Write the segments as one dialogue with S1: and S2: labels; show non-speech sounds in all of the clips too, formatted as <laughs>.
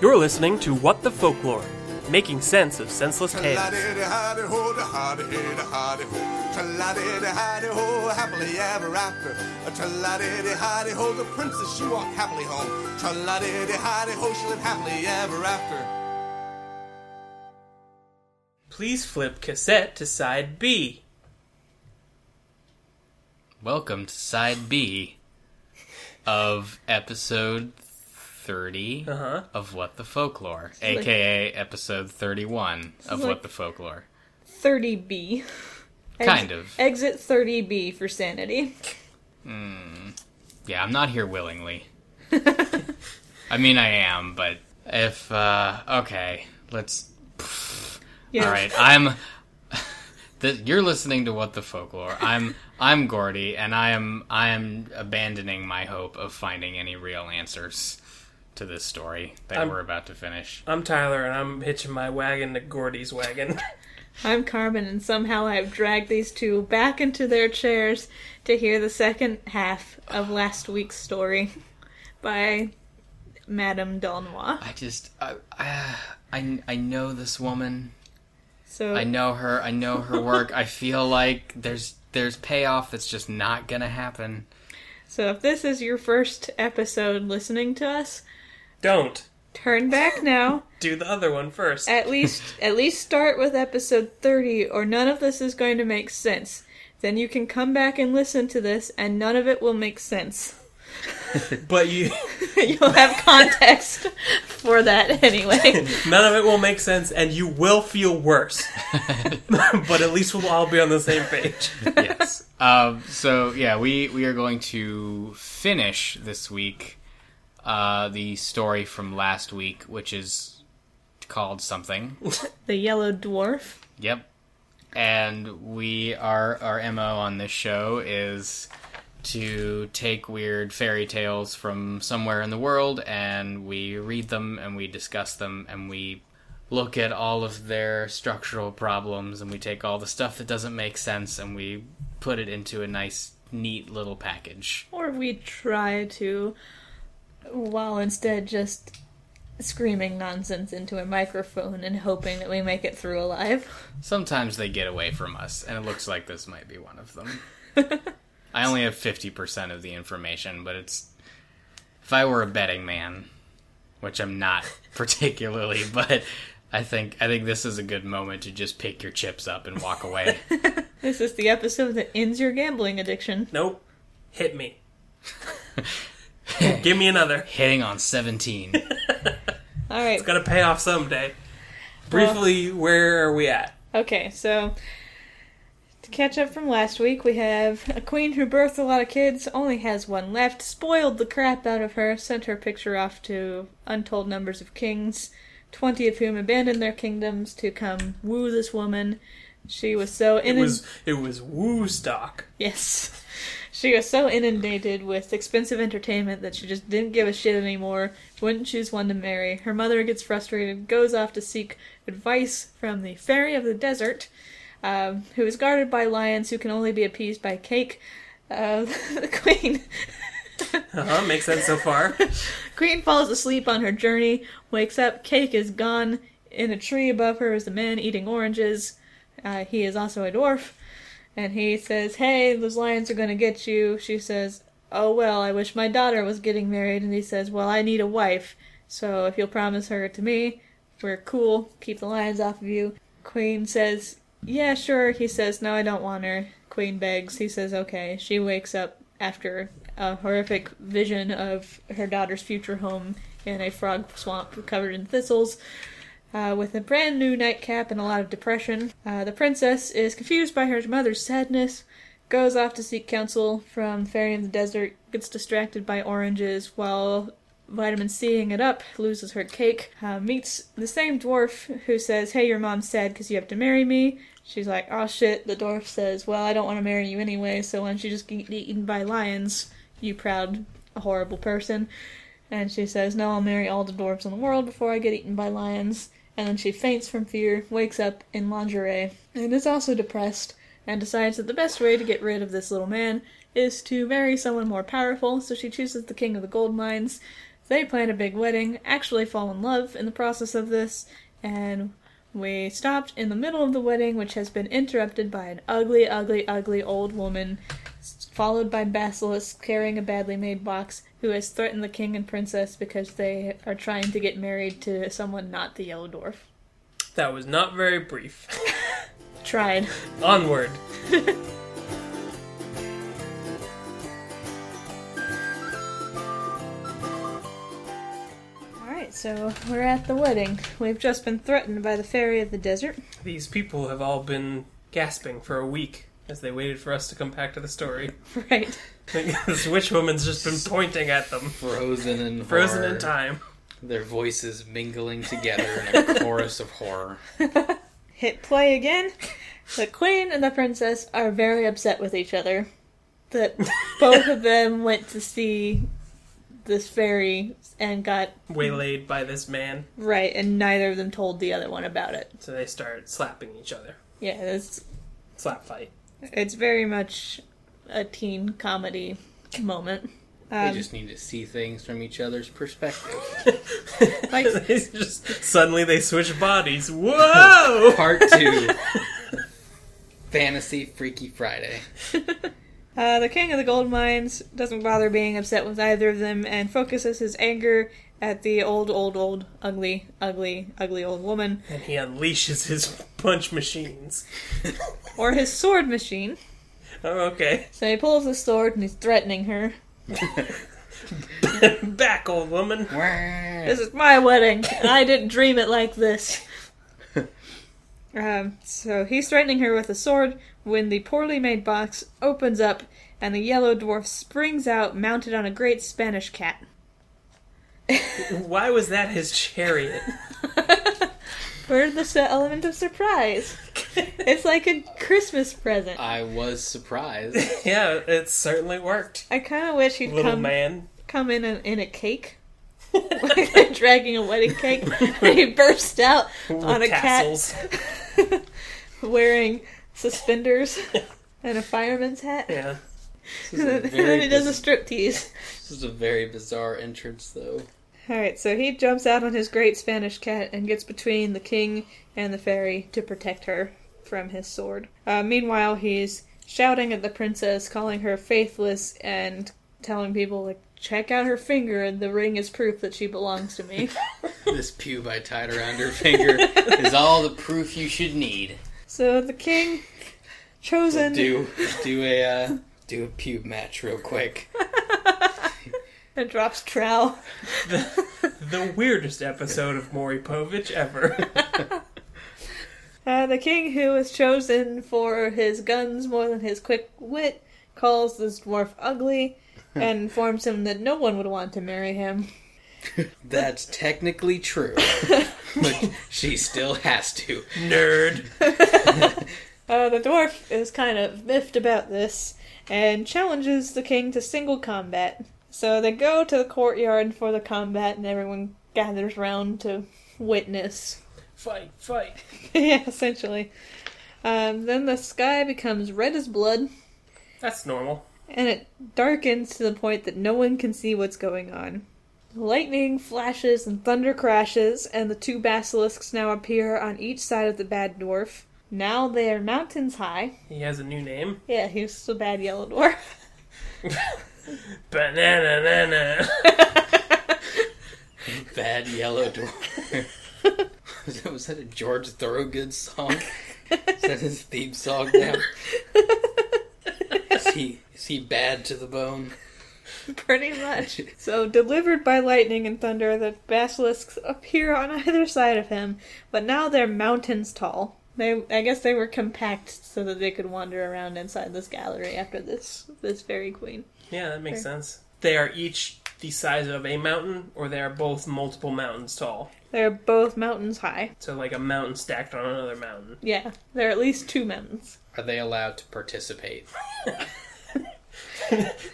S1: You're listening to What the Folklore, making sense of senseless tales.
S2: La-di-di-hi-di-ho, da-ha-di-hi-di-hi-di-ho. Tra-la-di-di-hi-di-ho, happily ever after. Tra-la-di-di-hi-di-ho, the princess she walked happily home. Tra-la-di-di-hi-di-ho, she lived happily ever after.
S1: Please flip cassette to side B.
S3: Welcome to side B of episode 30
S1: Uh-huh.
S3: of What the Folklore, aka episode 31 of
S4: like-
S3: What the Folklore.
S4: 30B.
S3: Kind of.
S4: Exit 30B for sanity.
S3: Yeah, I'm not here willingly. I mean, I am, but if, uh, okay, let's,
S4: Yeah.
S3: all right, I'm, <laughs> th- you're listening to What the Folklore. I'm, <laughs> I'm Gordy, and I am, I am abandoning my hope of finding any real answers to this story that
S1: I'm-
S3: we're about to finish.
S1: I'm Tyler, and I'm hitching my wagon to Gordy's wagon.
S4: I'm Carmen, and somehow I've dragged these two back into their chairs to hear the second half of last week's story by Madame Delnois.
S3: I just, I, I, I, I know this woman.
S4: So,
S3: I know her. I know her work. I feel like there's there's payoff that's just not gonna happen.
S4: so if this is your first episode listening to us,
S1: Don't
S4: turn back now.
S1: do the other one first.
S4: at least, at least start with episode 30, or none of this is going to make sense. Then you can come back and listen to this, and none of it will make sense.
S1: But you,
S4: <laughs> You'll have context for that anyway.
S1: none of it will make sense, and you will feel worse. <laughs> but at least we'll all be on the same page.
S3: yes. <laughs> Um, so yeah, we we are going to finish this week uh, the story from last week, which is called something.
S4: The Yellow Dwarf.
S3: Yep. And we are our mo on this show is to take weird fairy tales from somewhere in the world and we read them and we discuss them and we look at all of their structural problems and we take all the stuff that doesn't make sense and we put it into a nice neat little package.
S4: Or we try to, while instead just screaming nonsense into a microphone and hoping that we make it through alive. <laughs>
S3: Sometimes they get away from us and it looks like this might be one
S1: <laughs>
S3: of them. I only have 50% of the information, but it's. If I were a betting man, which I'm not <laughs> particularly, but I think I think this is a good moment to just pick your chips up and walk
S1: <laughs>
S3: away.
S4: This is the episode that ends your gambling addiction.
S1: Nope. Hit me. Give me another.
S3: Hitting on 17.
S4: All right.
S1: Gotta pay off someday. Briefly, where are we at?
S4: Okay, so to catch up from last week, we have a queen who birthed a lot of kids, only has one left, spoiled the crap out of her, sent her picture off to untold numbers of kings, 20 of whom abandoned their kingdoms to come woo this woman. She was so
S1: It
S4: inund-
S1: was it was woo stock.
S4: yes. She was so inundated with expensive entertainment that she just didn't give a shit anymore, wouldn't choose one to marry. Her mother gets frustrated, goes off to seek advice from the fairy of the desert, um, who is guarded by lions who can only be appeased by cake. Uh, <laughs> the queen.
S1: Uh huh. Makes sense so far.
S4: Queen falls asleep on her journey, wakes up, cake is gone. In a tree above her is a man eating oranges. Uh, he is also a dwarf. And he says, Hey, those lions are going to get you. She says, Oh, well, I wish my daughter was getting married. And he says, Well, I need a wife. So if you'll promise her to me, we're cool. Keep the lions off of you. Queen says, Yeah, sure. He says, No, I don't want her. Queen begs. He says, Okay. She wakes up after a horrific vision of her daughter's future home in a frog swamp covered in thistles. Uh, with a brand new nightcap and a lot of depression, uh, the princess is confused by her mother's sadness, goes off to seek counsel from Fairy in the Desert, gets distracted by oranges while Vitamin C-ing it up, loses her cake, uh, meets the same dwarf who says, Hey, your mom's sad because you have to marry me. She's like, Oh shit. The dwarf says, Well, I don't want to marry you anyway, so why don't you just get eaten by lions, you proud, horrible person? And she says, No, I'll marry all the dwarves in the world before I get eaten by lions. And then she faints from fear, wakes up in lingerie, and is also depressed, and decides that the best way to get rid of this little man is to marry someone more powerful. So she chooses the king of the gold mines, They plan a big wedding, actually fall in love in the process of this, and we stopped in the middle of the wedding, which has been interrupted by an ugly, ugly, ugly old woman, s- followed by Basilisk carrying a badly made box, who has threatened the king and princess because they are trying to get married to someone not the Yellow Dwarf.
S1: That was not very brief.
S4: Tried.
S1: Onward.
S4: Alright, so we're at the wedding. We've just been threatened by the fairy of the desert.
S1: These people have all been gasping for a week as they waited for us to come back to the story.
S4: <laughs>
S1: <laughs>
S4: Right.
S1: this witch woman's just been pointing at them,
S3: Frozen in
S1: frozen
S3: horror,
S1: in time.
S3: Their voices mingling together in a chorus of horror.
S4: Hit play again. The queen and the princess are very upset with each other <laughs> that both of them went to see this fairy and got
S1: Waylaid by this man,
S4: right, and neither of them told the other one about it.
S1: so they start slapping each other.
S4: Yeah, it's
S1: Slap fight.
S4: it's very much a teen comedy moment.
S3: They
S4: Um, <laughs>
S3: just need to see things from each other's perspective.
S4: like,
S1: <laughs> They just suddenly they switch bodies.
S3: <laughs>
S1: Whoa!
S3: Part
S1: <laughs>
S3: two Fantasy Freaky Friday.
S4: Uh, the king of the gold mines doesn't bother being upset with either of them and focuses his anger at the old, old, old, ugly, ugly, ugly old woman
S1: and he unleashes his punch machines.
S3: <laughs>
S4: or his sword machine.
S1: Oh, okay. <laughs>
S4: So he pulls his sword and he's threatening her.
S1: Back, old woman.
S4: This is my wedding, and I didn't dream it like this. um, so he's threatening her with a sword when the poorly made box opens up and the yellow dwarf springs out mounted on a great Spanish cat. <laughs>
S1: Why was that his chariot? <laughs>
S4: For the s- element of surprise. It's like a Christmas present.
S3: I was
S4: <laughs>
S3: surprised.
S1: yeah, it certainly worked.
S4: I kind of wish he'd
S1: Little
S4: come <laughs>
S1: man.
S4: come in a, in a cake, <laughs> like they're dragging a wedding cake, <laughs> and he burst out on a
S1: tassels.
S4: cat <laughs> wearing suspenders and a fireman's hat.
S1: Yeah.
S3: This is, a
S4: <laughs> and then
S3: very
S4: he does a
S3: biz-
S4: strip tease.
S3: this is a very bizarre entrance, though.
S4: All right, so he jumps out on his great Spanish cat and gets between the king and the fairy to protect her from his sword. Uh, meanwhile, he's shouting at the princess, calling her faithless, and telling people like, "Check out her finger, and the ring is proof that she belongs to me."
S3: This pube I tied around her finger is all the proof you should need.
S4: So the king
S3: We'll
S4: chosen
S3: do do a uh, do a pube match real quick.
S4: and drops trowel.
S1: The weirdest episode of Maury Povich ever. <laughs>
S4: Uh, the king, who is chosen for his guns more than his quick wit, calls this dwarf ugly and informs him that no one would want to marry him.
S3: That's technically
S4: <laughs>
S3: true, but she still has to.
S1: Nerd.
S4: Uh, the dwarf is kind of miffed about this and challenges the king to single combat. So they go to the courtyard for the combat, and everyone gathers round to witness
S1: Fight, fight.
S4: <laughs> yeah, essentially. Um, then the sky becomes red as blood,
S1: That's normal.
S4: and it darkens to the point that no one can see what's going on. Lightning flashes and thunder crashes, and the two basilisks now appear on each side of the bad dwarf. Now they are mountains high.
S1: He has a new name.
S4: Yeah, he's the bad yellow dwarf. <laughs>
S1: Banana nana.
S3: Bad yellow dwarf. was, that, <laughs> was that a George Thorogood song? Is that his theme song now? Is he is he bad to the bone?
S4: Pretty much. So, delivered by lightning and thunder, the basilisks appear on <laughs> either side of him, but now they're mountains tall. They, I guess they were compact so that they could wander around inside this gallery after this this fairy queen.
S1: <laughs> Yeah, that makes sense. They are each the size of a mountain, or they are both multiple mountains tall.
S4: They're both mountains high.
S1: So, like a mountain stacked on another mountain.
S4: Yeah, they're at least two mountains.
S3: <laughs> Are they allowed to participate?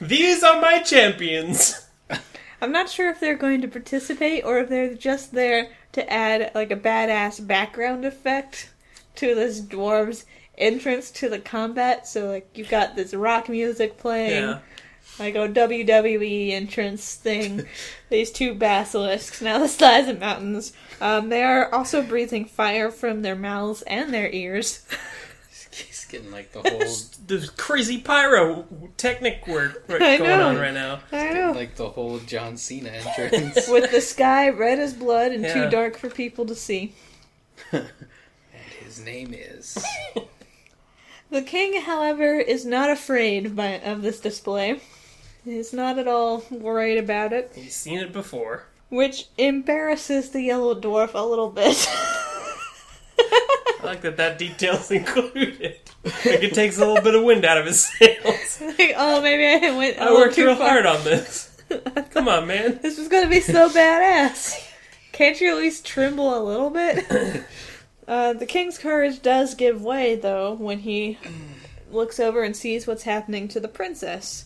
S1: These are my champions!
S4: I'm not sure if they're going to participate or if they're just there to add like a badass background effect to this dwarves entrance to the combat. So like you've got this rock music playing.
S1: Yeah.
S4: I go WWE E entrance
S1: <laughs>
S4: thing. These two basilisks, now the size of mountains. Um, they are also breathing fire from their mouths and their ears.
S3: He's getting like the whole
S1: The crazy pyro technic
S4: <laughs>
S1: work work
S4: I
S1: going
S4: know.
S1: on right now.
S4: I know.
S3: like the whole John Cena <laughs> entrance.
S4: With the sky red as blood and
S1: Yeah.
S4: too dark for people to see.
S3: His name is
S4: The king, however, is not afraid by, of this display. He is not at all worried about it,
S1: He's seen it before.
S4: which embarrasses the yellow dwarf a little bit. <laughs>
S1: I like that that detail's <laughs> included. Like it takes a little bit of wind out of his sails.
S4: like, oh, maybe I went a
S1: I
S4: little
S1: worked
S4: too
S1: real
S4: far.
S1: hard on <laughs> this. Come on, man.
S4: <laughs> This was gonna be so badass. Can't you at least tremble a little bit? Uh, the king's courage does give way, though, when he looks over and sees what's happening to the princess.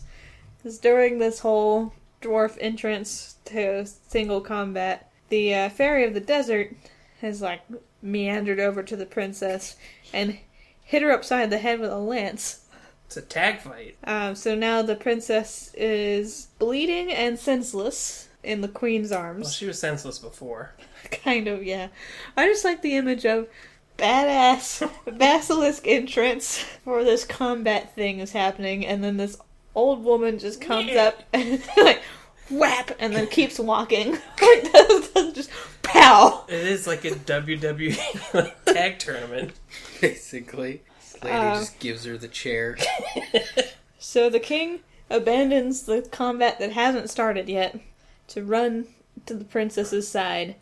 S4: 'Cause during this whole dwarf entrance to single combat, the uh, fairy of the desert has like meandered over to the princess and hit her upside the head with a lance.
S1: It's a tag fight.
S4: Um, so now the princess is bleeding and senseless in the queen's
S1: Well,
S4: arms.
S1: she was senseless before.
S4: <laughs> Kind of, yeah. I just like the image of badass basilisk entrance for this combat thing is happening, and then this old woman just comes
S1: Yeah.
S4: up <laughs> and like whap, and then keeps walking. <laughs> like does, does just pow.
S1: It is like a WWE <laughs> like, tag tournament.
S3: basically. This lady
S4: Uh.
S3: just gives her the chair.
S4: So the king abandons the combat that hasn't started yet to run to the princess's side.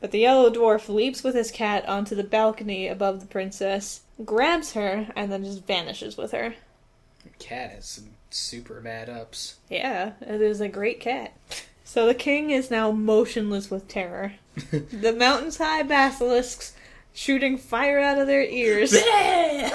S4: But the yellow dwarf leaps with his cat onto the balcony above the princess, grabs her, and then just vanishes with her.
S3: Cat has some super bad ups.
S4: Yeah, it is a great cat. So the king is now motionless with terror. the mountain's high basilisks shooting fire out of their ears. <laughs> Didn't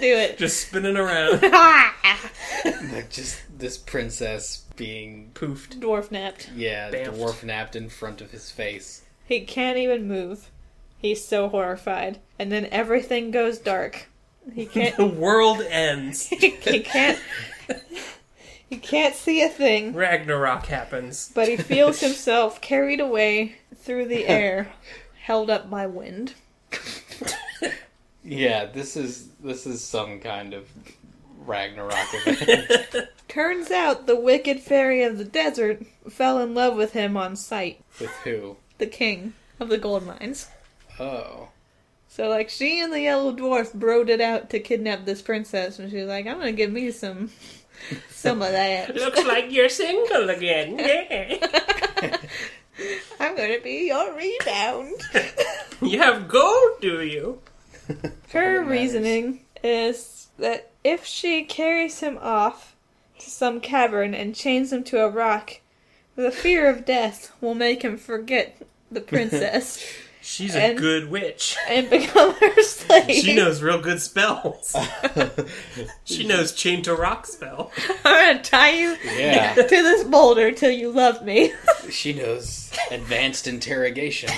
S4: do
S1: <laughs>
S4: it.
S1: Just spinning around,
S3: Like just this princess being
S1: poofed.
S4: Dwarf napped.
S3: yeah,
S1: Bamfed.
S3: dwarf napped in front of his face.
S4: He can't even move. He's so horrified. And then everything goes dark. He
S1: The
S4: can't <laughs>
S1: world ends.
S4: he can't he can't see a thing,
S1: Ragnarok happens.
S4: but he feels himself carried away through the air, held up by wind.
S3: Yeah, this is this is some kind of
S4: <laughs>
S3: Ragnarok event.
S4: Turns out the wicked fairy of the desert fell in love with him on sight,
S3: With who?
S4: the king of the gold mines.
S3: Oh.
S4: So like she and the yellow dwarf broed it out to kidnap this princess and she was like, I'm gonna give me some <laughs> some of that.
S1: Looks like you're single <laughs> again. Yeah.
S4: I'm gonna be your
S1: <laughs>
S4: rebound.
S1: You have gold, do you?
S4: Her
S3: matters.
S4: reasoning is that if she carries him off to some cavern and chains him to a rock, the fear of death will make him forget
S1: <laughs>
S4: the princess
S1: She's a
S4: And-
S1: good <laughs> witch.
S4: and become her <laughs> slave.
S1: She knows real good <laughs> spells. she knows chain to rock spell.
S4: <laughs> I'm gonna tie you
S3: Yeah.
S4: <laughs> to this boulder till you love me. <laughs>
S3: She knows advanced interrogation.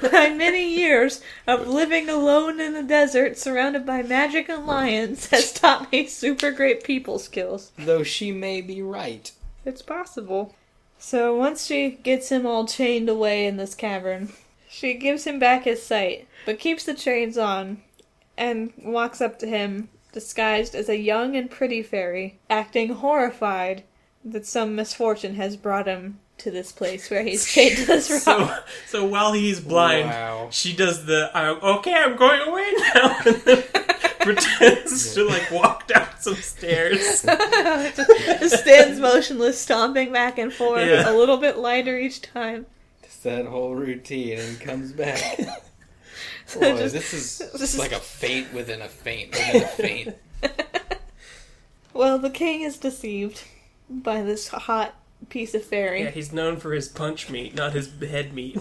S4: By many years of living alone in the desert, surrounded by magic and lions, <laughs> has taught me super great people skills.
S3: Though she may be right.
S4: It's possible. So once she gets him all chained away in this cavern, she gives him back his sight, but keeps the chains on and walks up to him disguised as a young and pretty fairy, acting horrified that some misfortune has brought him to this place
S1: <laughs>
S4: where he's chained to this rock.
S3: <laughs>
S1: So, <laughs> so while he's blind,
S3: Wow.
S1: she does the I'm okay, I'm going away now, <laughs> and then pretends to like walk down some stairs.
S3: <laughs>
S4: Just stands motionless, stomping back and forth,
S1: Yeah.
S4: a little bit lighter each time.
S3: It's that whole routine and comes
S4: <laughs>
S3: back.
S4: So
S3: Boy,
S4: just-
S3: this is
S4: <laughs> this is-
S3: like a faint within a faint within a
S4: <laughs>
S3: faint.
S4: well, the king is deceived by this hot piece of fairy.
S1: Yeah, he's known for his punch meat, not his head meat.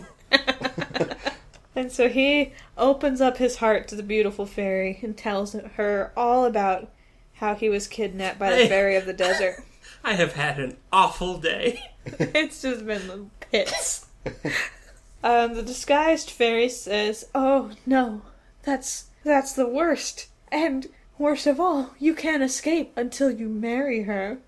S4: And so he opens up his heart to the beautiful fairy and tells her all about how he was kidnapped by the
S1: Hey.
S4: fairy of the desert.
S1: I have had an awful day.
S4: <laughs> it's just been the pits. um, the disguised fairy says, "Oh no, that's that's the worst, and Worst of all, you can't escape until you
S3: <laughs>
S4: marry her.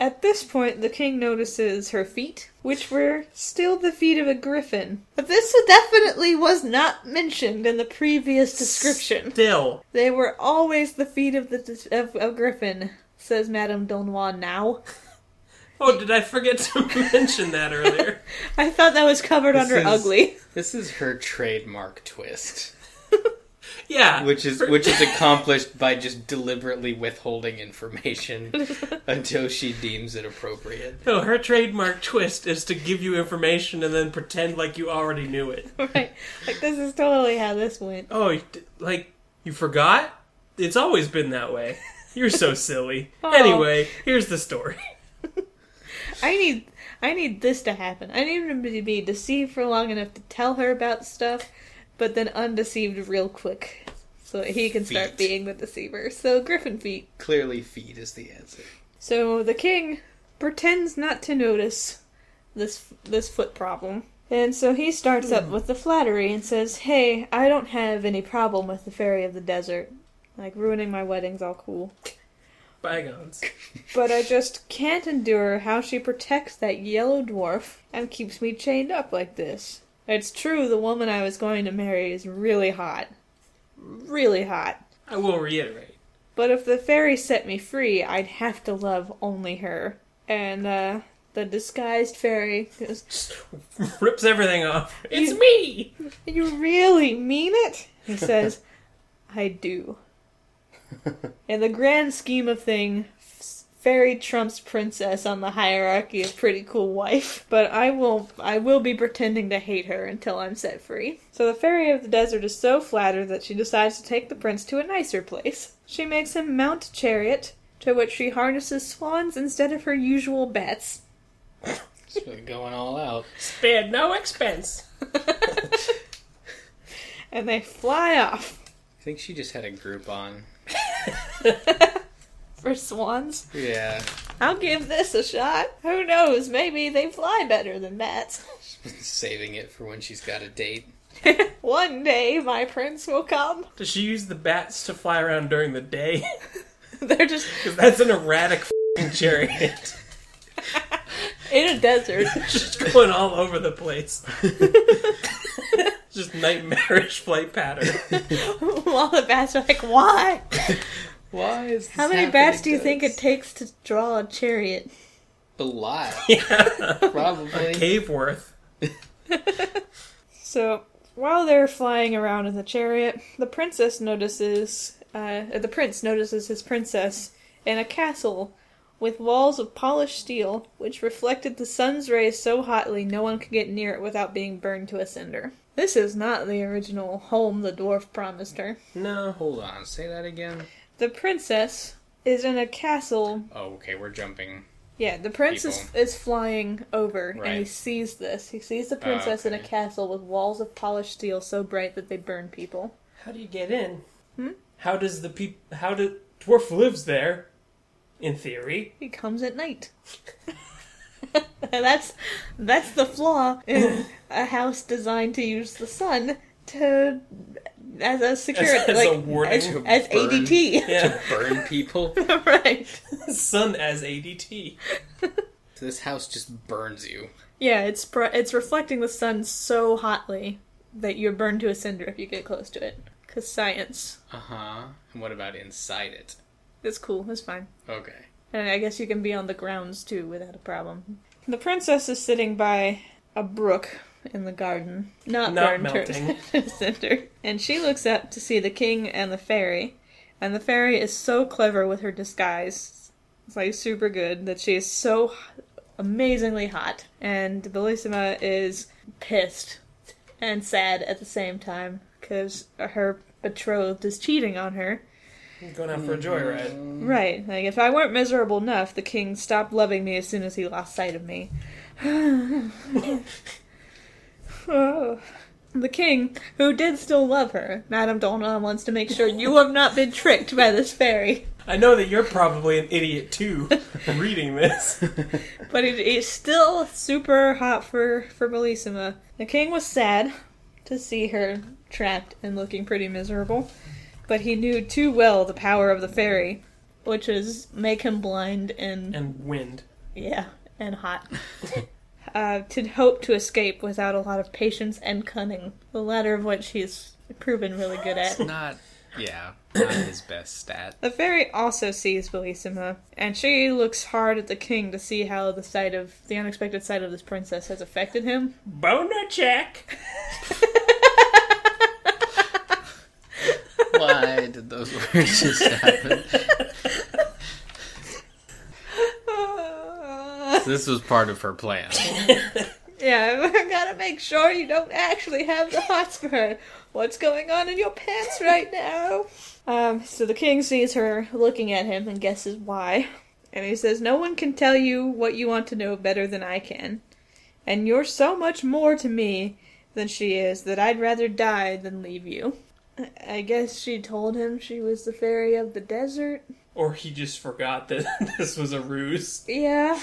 S4: At this point, the king notices her feet, which were still the feet of a griffin. But this definitely was not mentioned in the previous description.
S1: Still,
S4: They were always the feet of the of, of griffin, says Madame Donois now.
S1: oh, did I forget to <laughs> mention that earlier?
S4: I thought that was covered
S3: This
S4: under
S3: is-
S4: ugly.
S3: This is her trademark
S4: <laughs>
S3: twist,
S1: Yeah,
S3: which is
S1: <laughs>
S3: which is accomplished by just deliberately withholding
S4: <laughs>
S3: information until she deems it appropriate.
S1: no, her trademark twist is to give you information and then pretend like you already knew it.
S4: <laughs> right. Like, this is totally how this went.
S1: Oh, you d- like you forgot? It's always been that <laughs> way. You're so silly. Anyway, here's the story. <laughs>
S4: I need. I need this to happen. I need him to be deceived for long enough to tell her about stuff, but then undeceived real quick, so that he can start
S3: Feet.
S4: being the deceiver. So Griffin feet.
S3: Clearly, feet is the answer.
S4: So the king pretends not to notice this this foot problem. And so he starts up with the flattery and says, "Hey, I don't have any problem with the fairy of the desert. Like ruining my wedding's all cool,
S1: Bygones.
S4: but I just can't endure how she protects that yellow dwarf and keeps me chained up like this. It's true the woman I was going to marry is really hot. Really hot.
S1: I will reiterate. <laughs>
S4: But if the fairy set me free, I'd have to love only her. And uh, the disguised fairy goes,
S1: Rips everything off. It's
S4: You-
S1: <laughs> me.
S4: You really mean it? He says, I do. In the grand scheme of thing, f- fairy trumps princess on the hierarchy of pretty cool wife, but I will I will be pretending to hate her until I'm set free. So the fairy of the desert is so flattered that she decides to take the prince to a nicer place. She makes him mount a chariot, to which she harnesses swans instead of her usual bats.
S3: So <laughs> going all out.
S1: Spared no expense.
S4: <laughs> And they fly off
S3: I think she just had a group on.
S4: <laughs> for swans.
S3: Yeah,
S4: I'll give this a shot. Who knows? Maybe they fly better than bats.
S3: <laughs> saving it for when she's got a <laughs> date.
S4: One day my prince will come. <laughs>
S1: Does she use the bats to fly around during the day? <laughs>
S4: They're just
S1: That's an erratic <laughs> fing chariot.
S4: in a desert. <laughs>
S1: Just going all over the place. Just nightmarish flight pattern. <laughs>
S4: All the bats are like, why?
S3: Why is this
S4: How many
S3: happening
S4: bats
S3: to
S4: do you think
S3: us?
S4: it takes to draw a chariot?
S3: A <laughs> lot,
S1: Yeah.
S3: probably.
S1: Caveworth.
S4: So while they're flying around in the chariot, the princess notices, uh, the prince notices his princess in a castle with walls of polished steel, which reflected the sun's rays so hotly no one could get near it without being burned to a cinder. This is not the original home the dwarf promised her.
S1: No.
S3: Hold on, say that again.
S4: The princess is in a castle.
S3: Oh, okay, we're <laughs> jumping.
S4: Yeah, the prince is,
S3: People.
S4: is flying over and he
S3: Right. Ah,
S4: sees this. He sees the princess in a
S3: okay.
S4: castle with walls of polished steel so bright that they burn people.
S1: How do you get in? How does the peop? How do dwarf lives there? In theory,
S4: He comes at night. <laughs> and that's that's the flaw in a house designed to use the sun to as a security
S1: as, as a
S4: like
S1: warning,
S4: as
S3: Burn.
S4: ADT.
S1: yeah,
S3: Burn people.
S4: <laughs>
S3: <laughs>
S4: right.
S1: sun as ADT.
S3: So this house just burns you.
S4: Yeah, it's pr- it's reflecting the sun so hotly that you're burned to a cinder if you get close to it. Cause science.
S3: Uh huh. And what about inside it?
S4: It's cool. It's fine.
S3: <laughs> Okay.
S4: And I guess you can be on the grounds too without a problem. The princess is sitting by a brook in the garden, not,
S1: Not
S4: burned to- <laughs>
S1: melting.
S4: to cinder. And she looks up to see the king and the fairy. And the fairy is so clever with her disguise. It's like super good that she is so h- amazingly hot. And Bellissima is pissed and sad at the same time because her betrothed is cheating on her.
S1: Going out for a
S4: Mm-hmm.
S1: joyride.
S4: Right. Like, if I weren't miserable enough, the king stopped loving me as soon as he lost sight of me. <sighs> the king, who did still love her, Madame Dolan wants to make sure you have not been tricked by this fairy.
S1: I know that you're probably an idiot too,
S4: <laughs>
S1: reading this.
S4: But it is still super hot for, for Bellissima. The king was sad to see her trapped and looking pretty miserable. but he knew too well the power of the fairy, which is make him blind and
S1: and wind.
S4: yeah, and hot. uh, to hope to escape without a lot of patience and cunning, the latter of which he's proven really good at.
S3: Not, <coughs> yeah, not his best stat.
S4: The fairy also sees Bellissima, and she looks hard at the king to see how the sight of the unexpected sight of this princess has affected him.
S1: Boner check.
S3: <laughs> Why did those words just <laughs> happen? This was part of her plan.
S4: Yeah, <laughs> we gotta make sure you don't actually have the Hotspur. What's going on in your pants right now? Um, so the king sees her looking at him and guesses why. And he says, No one can tell you what you want to know better than I can. And you're so much more to me than she is that I'd rather die than leave you. I- I guess she told him she was the fairy of the desert.
S1: Or he just forgot that <laughs> this was a ruse.
S4: Yeah.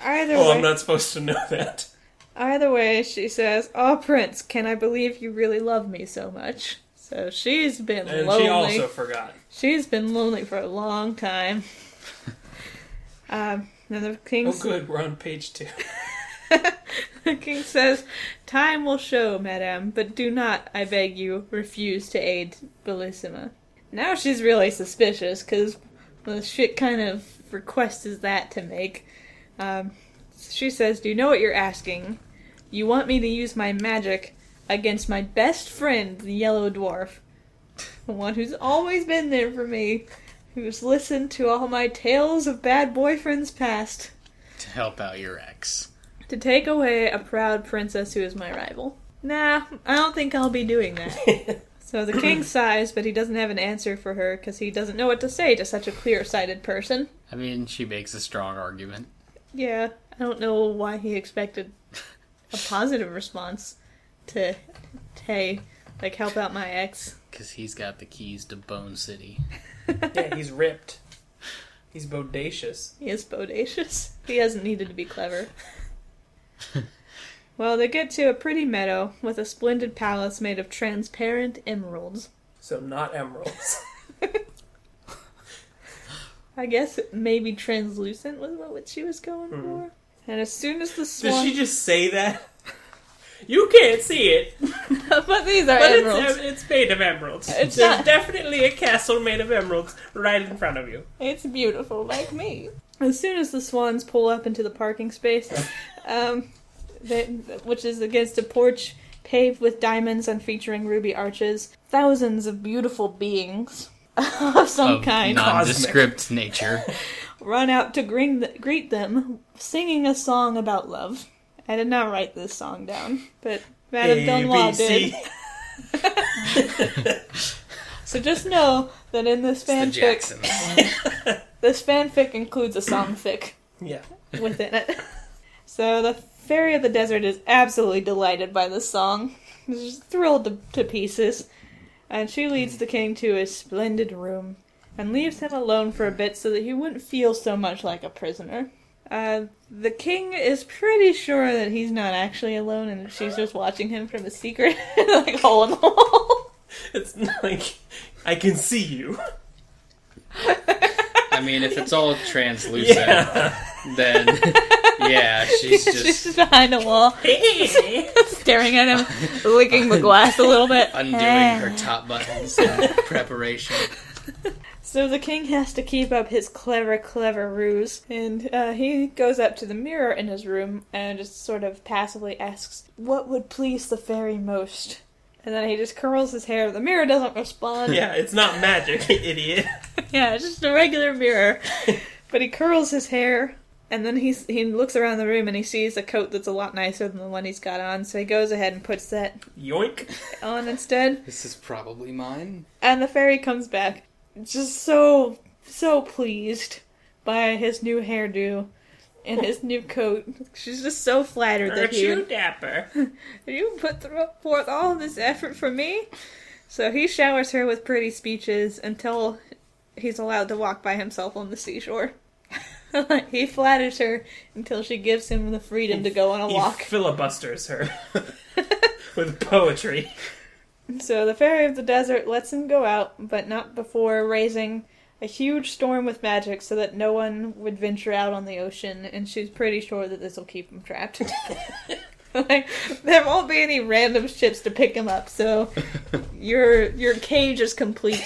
S4: Either
S1: Oh,
S4: way.
S1: I'm not supposed to know that.
S4: Either way, she says, Oh, Prince, can I believe you really love me so much? So she's been
S1: And
S4: lonely.
S1: she also forgot.
S4: She's been lonely for a long time. um, and the king, <laughs>
S1: Oh, good. We're on page two.
S4: the king says, Time will show, madame, but do not, I beg you, refuse to aid Bellissima. Now she's really suspicious, because the shit kind of request is that to make. Um, she says, Do you know what you're asking? You want me to use my magic against my best friend, the yellow dwarf. <laughs> The one who's always been there for me, who's listened to all my tales of bad boyfriends past,
S3: To help out your ex.
S4: to take away a proud princess who is my rival. Nah, I don't think I'll be doing that. so the king sighs, but he doesn't have an answer for her because he doesn't know what to say to such a clear sighted person.
S3: I mean, she makes a strong argument.
S4: Yeah, I don't know why he expected a positive response to, hey, like help out my ex.
S3: Because he's got the keys to Bone City.
S1: Yeah, he's ripped. He's bodacious.
S4: He is bodacious. He hasn't needed to be clever. well, they get to a pretty meadow with a splendid palace made of transparent emeralds.
S1: So not emeralds.
S4: I guess maybe translucent was what she was going for. And as soon as the
S1: Did
S4: swan,
S1: Hmm. she just say that? You can't see it,
S4: <laughs> but these are
S1: but
S4: emeralds.
S1: it's, it's made of emeralds.
S4: It's
S1: There's
S4: not-
S1: definitely a castle made of emeralds right in front of you.
S4: It's beautiful, like me. As soon as the swans pull up into the
S1: <laughs>
S4: parking space, um, they, which is against a porch paved with diamonds and featuring ruby arches, thousands of beautiful beings <laughs> of some
S3: Of
S4: kind
S3: nondescript nature. <laughs>
S4: run out to gring greet them, singing a song about love. I did not write this song down, but Madame Dunlop did. So just know that in this
S3: The
S4: fanfic,
S3: Jacksons.
S4: this fanfic includes a songfic.
S1: <laughs> Yeah.
S3: <laughs>
S4: within it. So the fairy of the desert is absolutely delighted by this song. She's thrilled to, to pieces, and she leads the king to his splendid room and leaves him alone for a bit so that he wouldn't feel so much like a prisoner. Uh, the king is pretty sure that he's not actually alone and she's just watching him from a secret <laughs> like hole in the wall.
S1: It's not like I can see <laughs> you.
S3: I mean, if it's all <laughs> translucent,
S1: Yeah.
S3: then yeah, she's
S4: <laughs> she's
S3: just
S4: just behind a wall, <laughs> staring
S3: <laughs>
S4: at him, licking the glass a little bit. Eh.
S3: undoing her
S4: <laughs>
S3: top buttons in preparation.
S4: So the king has to keep up his clever, clever ruse, and uh, he goes up to the mirror in his room and just sort of passively asks, "What would please the fairy most?" And then he just curls his hair. The mirror doesn't respond.
S1: Yeah, it's not magic, <laughs> you idiot.
S4: yeah, it's just a
S3: <laughs>
S4: regular mirror. but he curls his hair, and then he he looks around the room and he sees a coat that's a lot nicer than the one he's got on. So he goes ahead and puts that
S1: Yoink.
S4: on instead.
S3: This is probably mine.
S4: And the fairy comes back, just so, so pleased by his new hairdo and his new coat. She's just so flattered that
S1: Aren't
S4: he
S1: you
S4: would, <laughs>
S1: dapper?
S4: you put thro- forth all this effort for me. So he showers her with pretty speeches until he's allowed to walk by himself on the seashore. <laughs> he flatters her until she gives him the freedom to go on a
S1: He <laughs>
S4: <laughs> walk.
S1: filibusters her with poetry.
S4: So the fairy of the desert lets him go out, but not before raising a huge storm with magic so that no one would venture out on the ocean, and she's pretty sure that this will keep
S1: <laughs>
S4: him trapped. <laughs> like, there won't be any random ships to pick him
S1: <laughs>
S4: up, so your your cage is complete,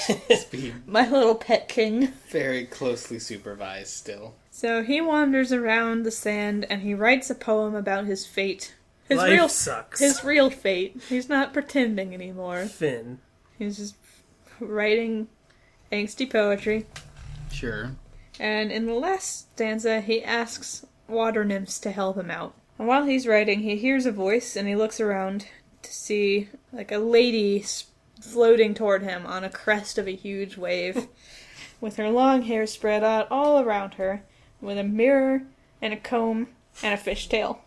S3: Be
S4: my little pet king.
S3: very closely supervised still.
S4: So he wanders around the sand and he writes a poem about his fate. His
S1: Life
S4: real
S1: sucks.
S4: his real fate. He's not pretending anymore.
S1: Finn.
S4: He's just writing angsty poetry.
S3: Sure.
S4: And in the last stanza, he asks water nymphs to help him out. And while he's writing, he hears a voice and he looks around to see like a lady s- floating toward him on a crest of a huge wave, <laughs> with her long hair spread out all around her, with a mirror and a comb and a fishtail.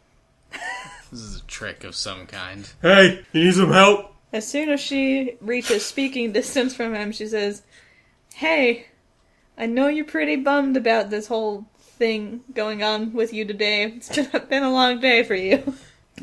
S3: This is a trick of some kind.
S1: Hey, you need some help?
S4: As soon as she reaches speaking distance from him, she says, Hey, I know you're pretty bummed about this whole thing going on with you today. It's been, been a long day for you.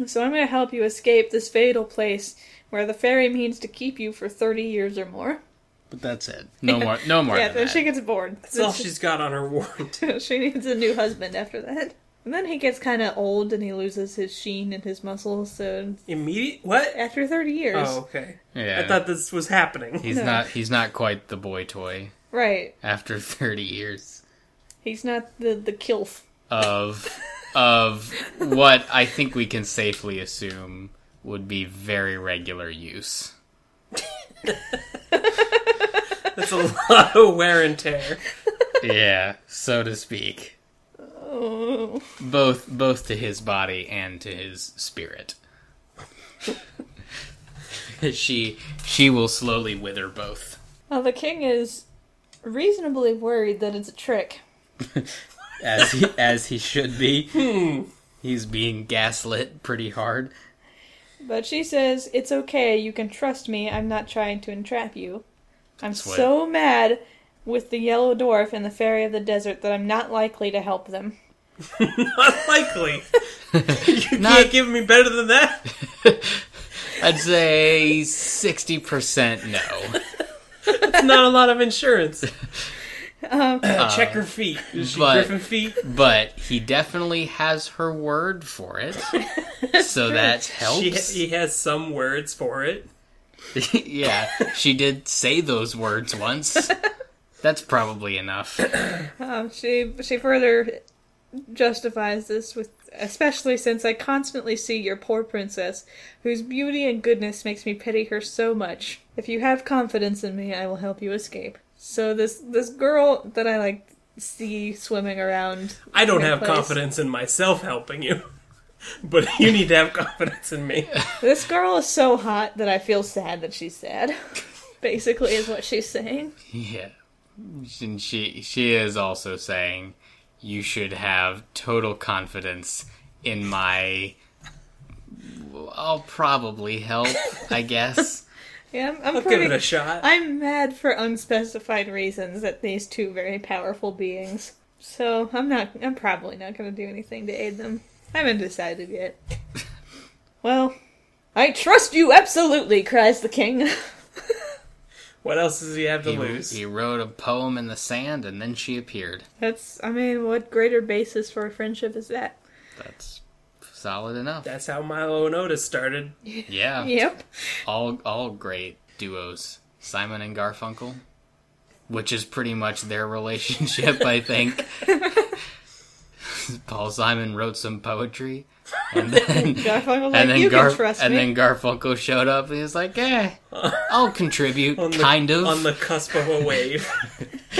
S4: So I'm going to help you escape this fatal place where the fairy means to keep you for 30 years or more.
S3: But that's it. No more. No more.
S4: yeah,
S3: than
S4: then
S3: that.
S4: she gets bored.
S1: That's all she's got on her warrant.
S4: <laughs> she needs a new husband after that. And then he gets kind of old and he loses his sheen and his muscles. So
S1: Immediate? What?
S4: after 30 years.
S1: Oh, okay.
S3: yeah.
S1: I thought this was happening.
S3: he's
S4: No.
S3: not. He's not quite the boy toy
S4: Right.
S3: after <laughs> thirty years
S4: He's not the, the kilf.
S3: of of what I think we can safely assume would be very regular use.
S1: That's a lot of wear and tear. <laughs>
S3: Yeah, so to speak.
S4: Oh.
S3: Both both to his body and to his <laughs> spirit. she she will slowly wither both.
S4: Well, the king is reasonably worried that it's a trick.
S3: as he as he should be. He's being gaslit pretty hard.
S4: But she says, It's okay, you can trust me, I'm not trying to entrap you. I'm
S3: That's what-
S4: so mad with the yellow dwarf and the fairy of the desert that I'm not likely to help them.
S1: Unlikely. You
S3: Not,
S1: can't give me better than that.
S3: I'd say sixty percent no,
S1: It's not a lot of insurance. Check her feet. Is she
S3: but-
S1: Griffin feet?
S3: but he definitely has her word for
S1: <laughs>
S3: it, so that
S1: She, <laughs>
S3: helps.
S1: he has some words for it.
S3: <laughs> yeah, she did say those words once. That's probably
S1: <coughs>
S3: enough.
S4: Um, she, she further justifies this with, especially since I constantly see your poor princess, whose beauty and goodness makes me pity her so much. If you have confidence in me, I will help you escape. So this this girl that I like see swimming around
S1: I don't
S4: Your
S1: have
S4: place.
S1: confidence in myself helping you, <laughs> but you need to have confidence in me.
S4: This girl is so hot that I feel sad that she's sad. <laughs> Basically, is what she's saying.
S3: Yeah, and she she is also saying you should have total confidence in my. I'll probably help,
S1: <laughs>
S3: I guess.
S4: Yeah, I'm, I'm
S1: Give
S4: pretty.
S1: it a shot.
S4: I'm mad for unspecified reasons at these two very powerful beings. So I'm not. I'm probably not going to do anything to aid them. I haven't decided yet. Well, I trust you absolutely, cries the king. <laughs>
S1: What else does he have to
S3: he,
S1: lose?
S3: he wrote a poem in the sand, and then she appeared.
S4: That's. I mean, what greater basis for a friendship is that?
S3: That's solid enough.
S1: That's how Milo and Otis started.
S3: yeah.
S4: Yep.
S3: all all great duos simon and garfunkel which is pretty much their <laughs> relationship i think paul simon wrote some poetry and then
S4: Garfunkel's like,
S3: and then
S4: you
S3: Gar-
S4: can trust
S3: and
S4: me.
S3: then garfunkel showed up and he was like eh i'll contribute
S1: On the,
S3: kind of
S1: on the <laughs> cusp of a wave. <laughs>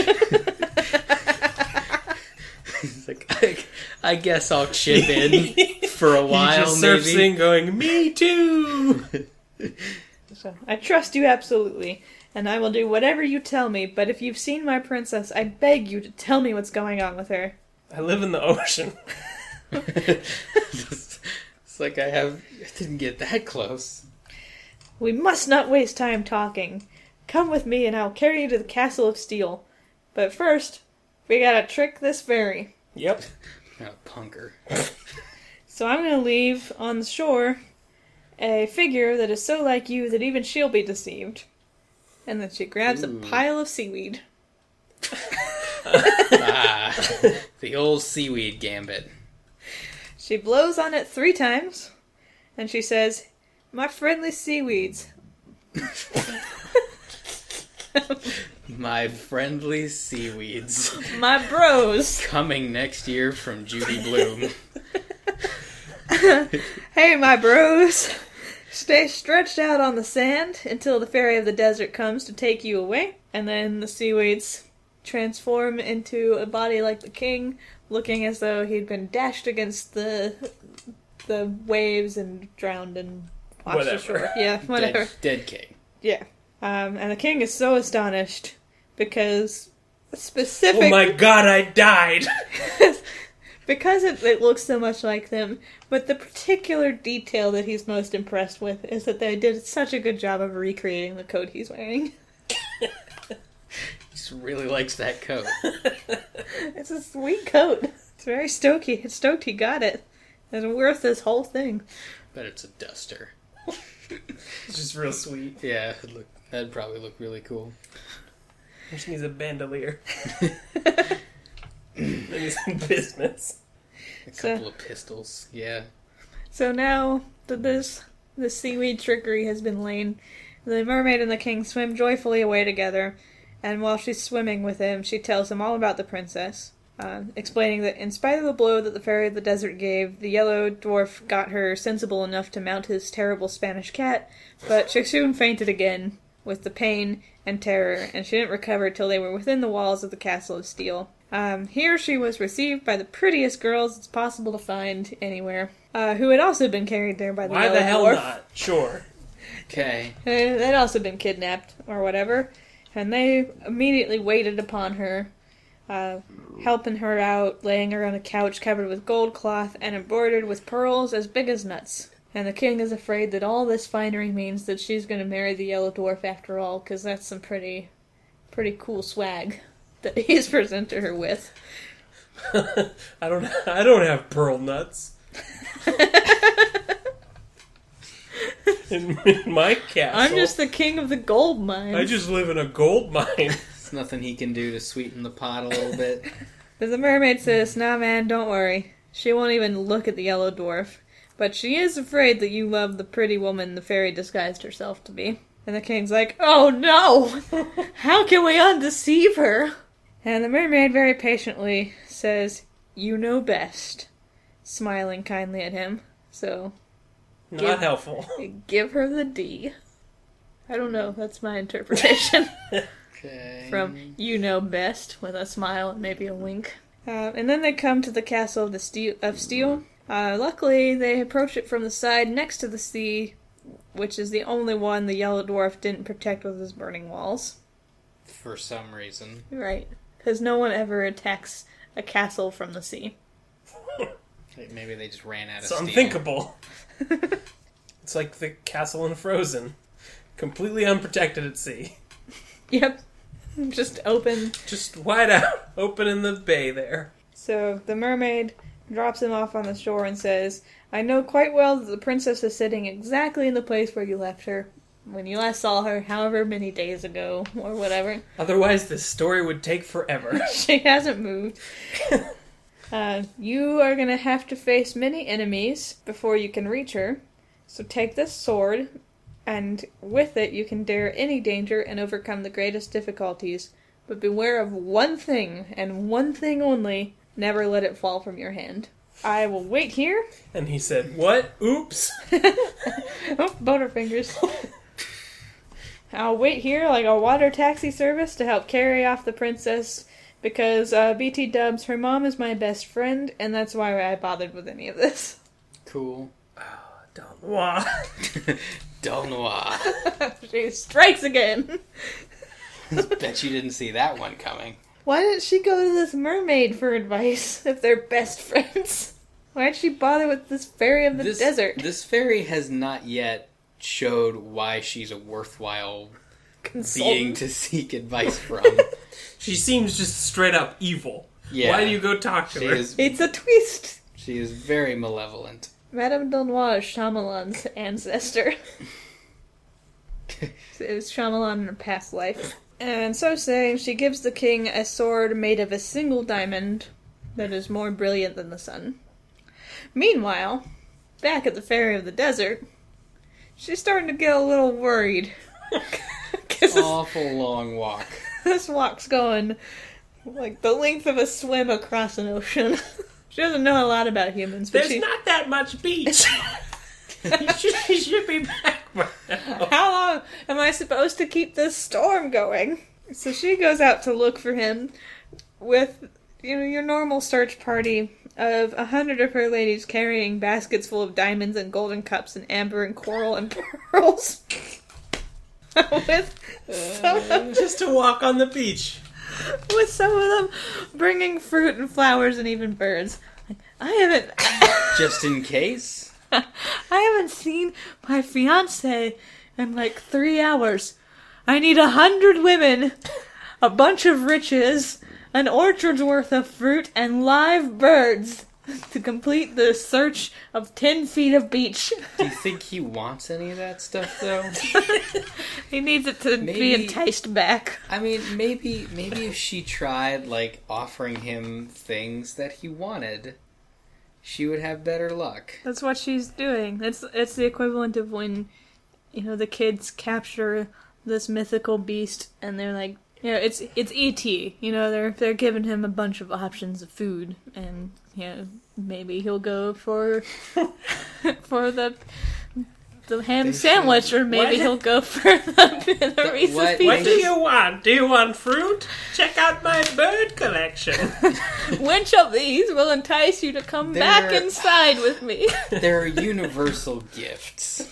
S3: He's like, I, I guess i'll chip <laughs> in for a
S1: he
S3: while
S1: just surfs
S3: maybe
S1: in, going, "Me too."
S4: So I trust you absolutely, and I will do whatever you tell me, but if you've seen my princess, I beg you to tell me what's going on with her.
S1: I live in the ocean. <laughs>
S3: it's like i have i didn't get that close
S4: We must not waste time talking. Come with me and I'll carry you to the castle of steel. But first, we gotta trick this fairy.
S1: Yep.
S3: Oh, punker
S4: So I'm gonna leave on the shore a figure that is so like you that even she'll be deceived. And then she grabs a pile of seaweed.
S3: The old seaweed gambit.
S4: She blows on it three times, and she says, My friendly seaweeds.
S3: My friendly seaweeds.
S4: My bros.
S3: Coming next year from Judy Bloom.
S4: Hey, my bros. Stay stretched out on the sand until the fairy of the desert comes to take you away. And then the seaweeds transform into a body like the king, looking as though he'd been dashed against the the waves and drowned and washed
S1: Whatever.
S4: ashore.
S1: <laughs>
S4: Yeah, <laughs> whatever.
S3: Dead, dead king.
S4: Yeah. Um, and the king is so astonished because specific
S1: Oh my god, I <laughs> died!
S4: because it, it looks so much like them, but the particular detail that he's most impressed with is that they did such a good job of recreating the coat he's wearing. <laughs>
S3: Just really likes that coat.
S4: It's a sweet coat. It's very stoky. It's stoked he got it. It's worth this whole thing.
S3: But it's a duster.
S1: It's just real sweet.
S3: Yeah, it'd look, that'd probably look really cool.
S1: Which needs a <laughs> bandolier. Maybe some business.
S3: A
S4: So-
S3: couple of pistols. Yeah.
S4: So now that this the seaweed trickery has been lain, the mermaid and the king swim joyfully away together, and while she's swimming with him, she tells him all about the princess, uh, explaining that in spite of the blow that the fairy of the desert gave, the yellow dwarf got her sensible enough to mount his terrible Spanish cat, but she soon fainted again with the pain and terror, and she didn't recover till they were within the walls of the castle of steel. Um, here she was received by the prettiest girls it's possible to find anywhere, uh, who had also been carried there by the
S1: Why
S4: yellow
S1: the hell
S4: dwarf.
S1: not? Sure.
S3: Okay.
S4: Uh, They'd also been kidnapped or whatever, and they immediately waited upon her, uh, helping her out, laying her on a couch covered with gold cloth and embroidered with pearls as big as nuts. And the king is afraid that all this finery means that she's going to marry the yellow dwarf after all, because that's some pretty, pretty cool swag that <laughs> he's presented her with. <laughs>
S1: I don't. I don't have pearl nuts. in, in my castle,
S4: I'm just the king of the gold mines.
S1: I just live in a gold <laughs> mine.
S3: There's nothing he can do to sweeten the pot a little
S4: <laughs>
S3: bit.
S4: But the mermaid says, Nah, man, don't worry. She won't even look at the yellow dwarf. But she is afraid that you love the pretty woman the fairy disguised herself to be. And the king's like, Oh no! How can we undeceive her? And the mermaid very patiently says, You know best, smiling kindly at him. So
S1: Not
S4: Yeah.
S1: <laughs> helpful.
S4: give her the D. I don't know, that's my interpretation. <laughs>
S3: Okay.
S4: from "You Know Best" with a smile and maybe a wink. Uh, and then they come to the castle of the steel. Of steel. Uh, luckily, they approach it from the side next to the sea, which is the only one the yellow dwarf didn't protect with his burning walls.
S3: for some reason.
S4: Right, because no one ever attacks a castle from the sea. <laughs>
S3: Maybe they just ran out of
S1: It's <laughs>
S3: steel.
S1: unthinkable. it's like the castle in Frozen, completely unprotected at sea,
S4: Yep, just open.
S1: just wide out, open in the bay there.
S4: So the mermaid drops him off on the shore and says, "I know quite well that the princess is sitting exactly in the place where you left her." When you last saw her, however many days ago, or whatever.
S1: Otherwise, this story would take forever. <laughs>
S4: <laughs> she hasn't moved. Uh, you are going to have to face many enemies before you can reach her. So take this sword, and with it you can dare any danger and overcome the greatest difficulties. But beware of one thing, and one thing only never let it fall from your hand. I will wait here.
S1: and he said, "What? Oops." <laughs>
S4: <laughs> Oh, boner fingers. I'll wait here like a water taxi service to help carry off the princess because uh, BT dubs her mom is my best friend, and that's why I bothered with any of this. <laughs>
S3: Cool. <laughs>
S1: Don't wah.
S3: Del Noir.
S4: she strikes again.
S3: Bet you didn't see that one coming.
S4: Why didn't she go to this mermaid for advice if they're best friends? Why'd she bother with this fairy of the
S3: this,
S4: desert
S3: This fairy has not yet showed why she's a worthwhile being
S4: consultant?
S3: to seek
S1: <laughs>
S3: advice from.
S1: <laughs> She seems just straight up evil.
S3: Yeah.
S1: Why do you go talk to
S3: she
S1: her?
S3: is
S4: It's a twist.
S1: <laughs>
S3: she is very malevolent.
S4: Madame Delnois is Shyamalan's ancestor. it was Shyamalan in a past life. And so saying, she gives the king a sword made of a single diamond that is more brilliant than the sun. Meanwhile, back at the Fairy of the Desert, she's starting to get a little worried. <laughs> Because
S3: Awful long walk.
S4: this walk's going like the length of a swim across an ocean. <laughs> she doesn't know a lot about humans, but
S1: There's
S4: she,
S1: not that much
S3: <laughs>
S1: beach. <laughs> you, should, you should be back by now. <laughs>
S4: how long am I supposed to keep this storm going? So she goes out to look for him with you know your normal search party of a hundred of her ladies carrying baskets full of diamonds and golden cups and amber and coral and <laughs> pearls. with some of
S1: Just to walk on the beach.
S4: with some of them bringing fruit and flowers and even birds. Like, I haven't, <laughs>
S3: Just in case.
S4: I haven't seen my fiance in like three hours. I need a hundred women, a bunch of riches, an orchard's worth of fruit, and live birds <laughs> to complete the search of ten feet of beach.
S3: Do you think he wants any of that stuff though?
S4: <laughs> He needs it to be
S3: Maybe-
S4: enticed back.
S3: I mean, maybe maybe if she tried like offering him things that he wanted, she would have better luck.
S4: That's what she's doing. That's it's the equivalent of when, you know, the kids capture this mythical beast and they're like, you know, it's it's ET. You know, they're they're giving him a bunch of options of food, and you know, maybe he'll go for <laughs> for the the ham
S3: They
S4: sandwich, or
S1: What?
S4: maybe he'll go for <laughs> the, the Reese's
S1: What
S3: what-
S1: do
S4: Pieces.
S1: you want? Do you want fruit? Check out my bird
S3: <laughs>
S1: collection.
S4: Which of these will entice you to come back
S3: They're-
S4: inside with me?
S3: <laughs>
S1: <laughs>
S3: They're universal gifts,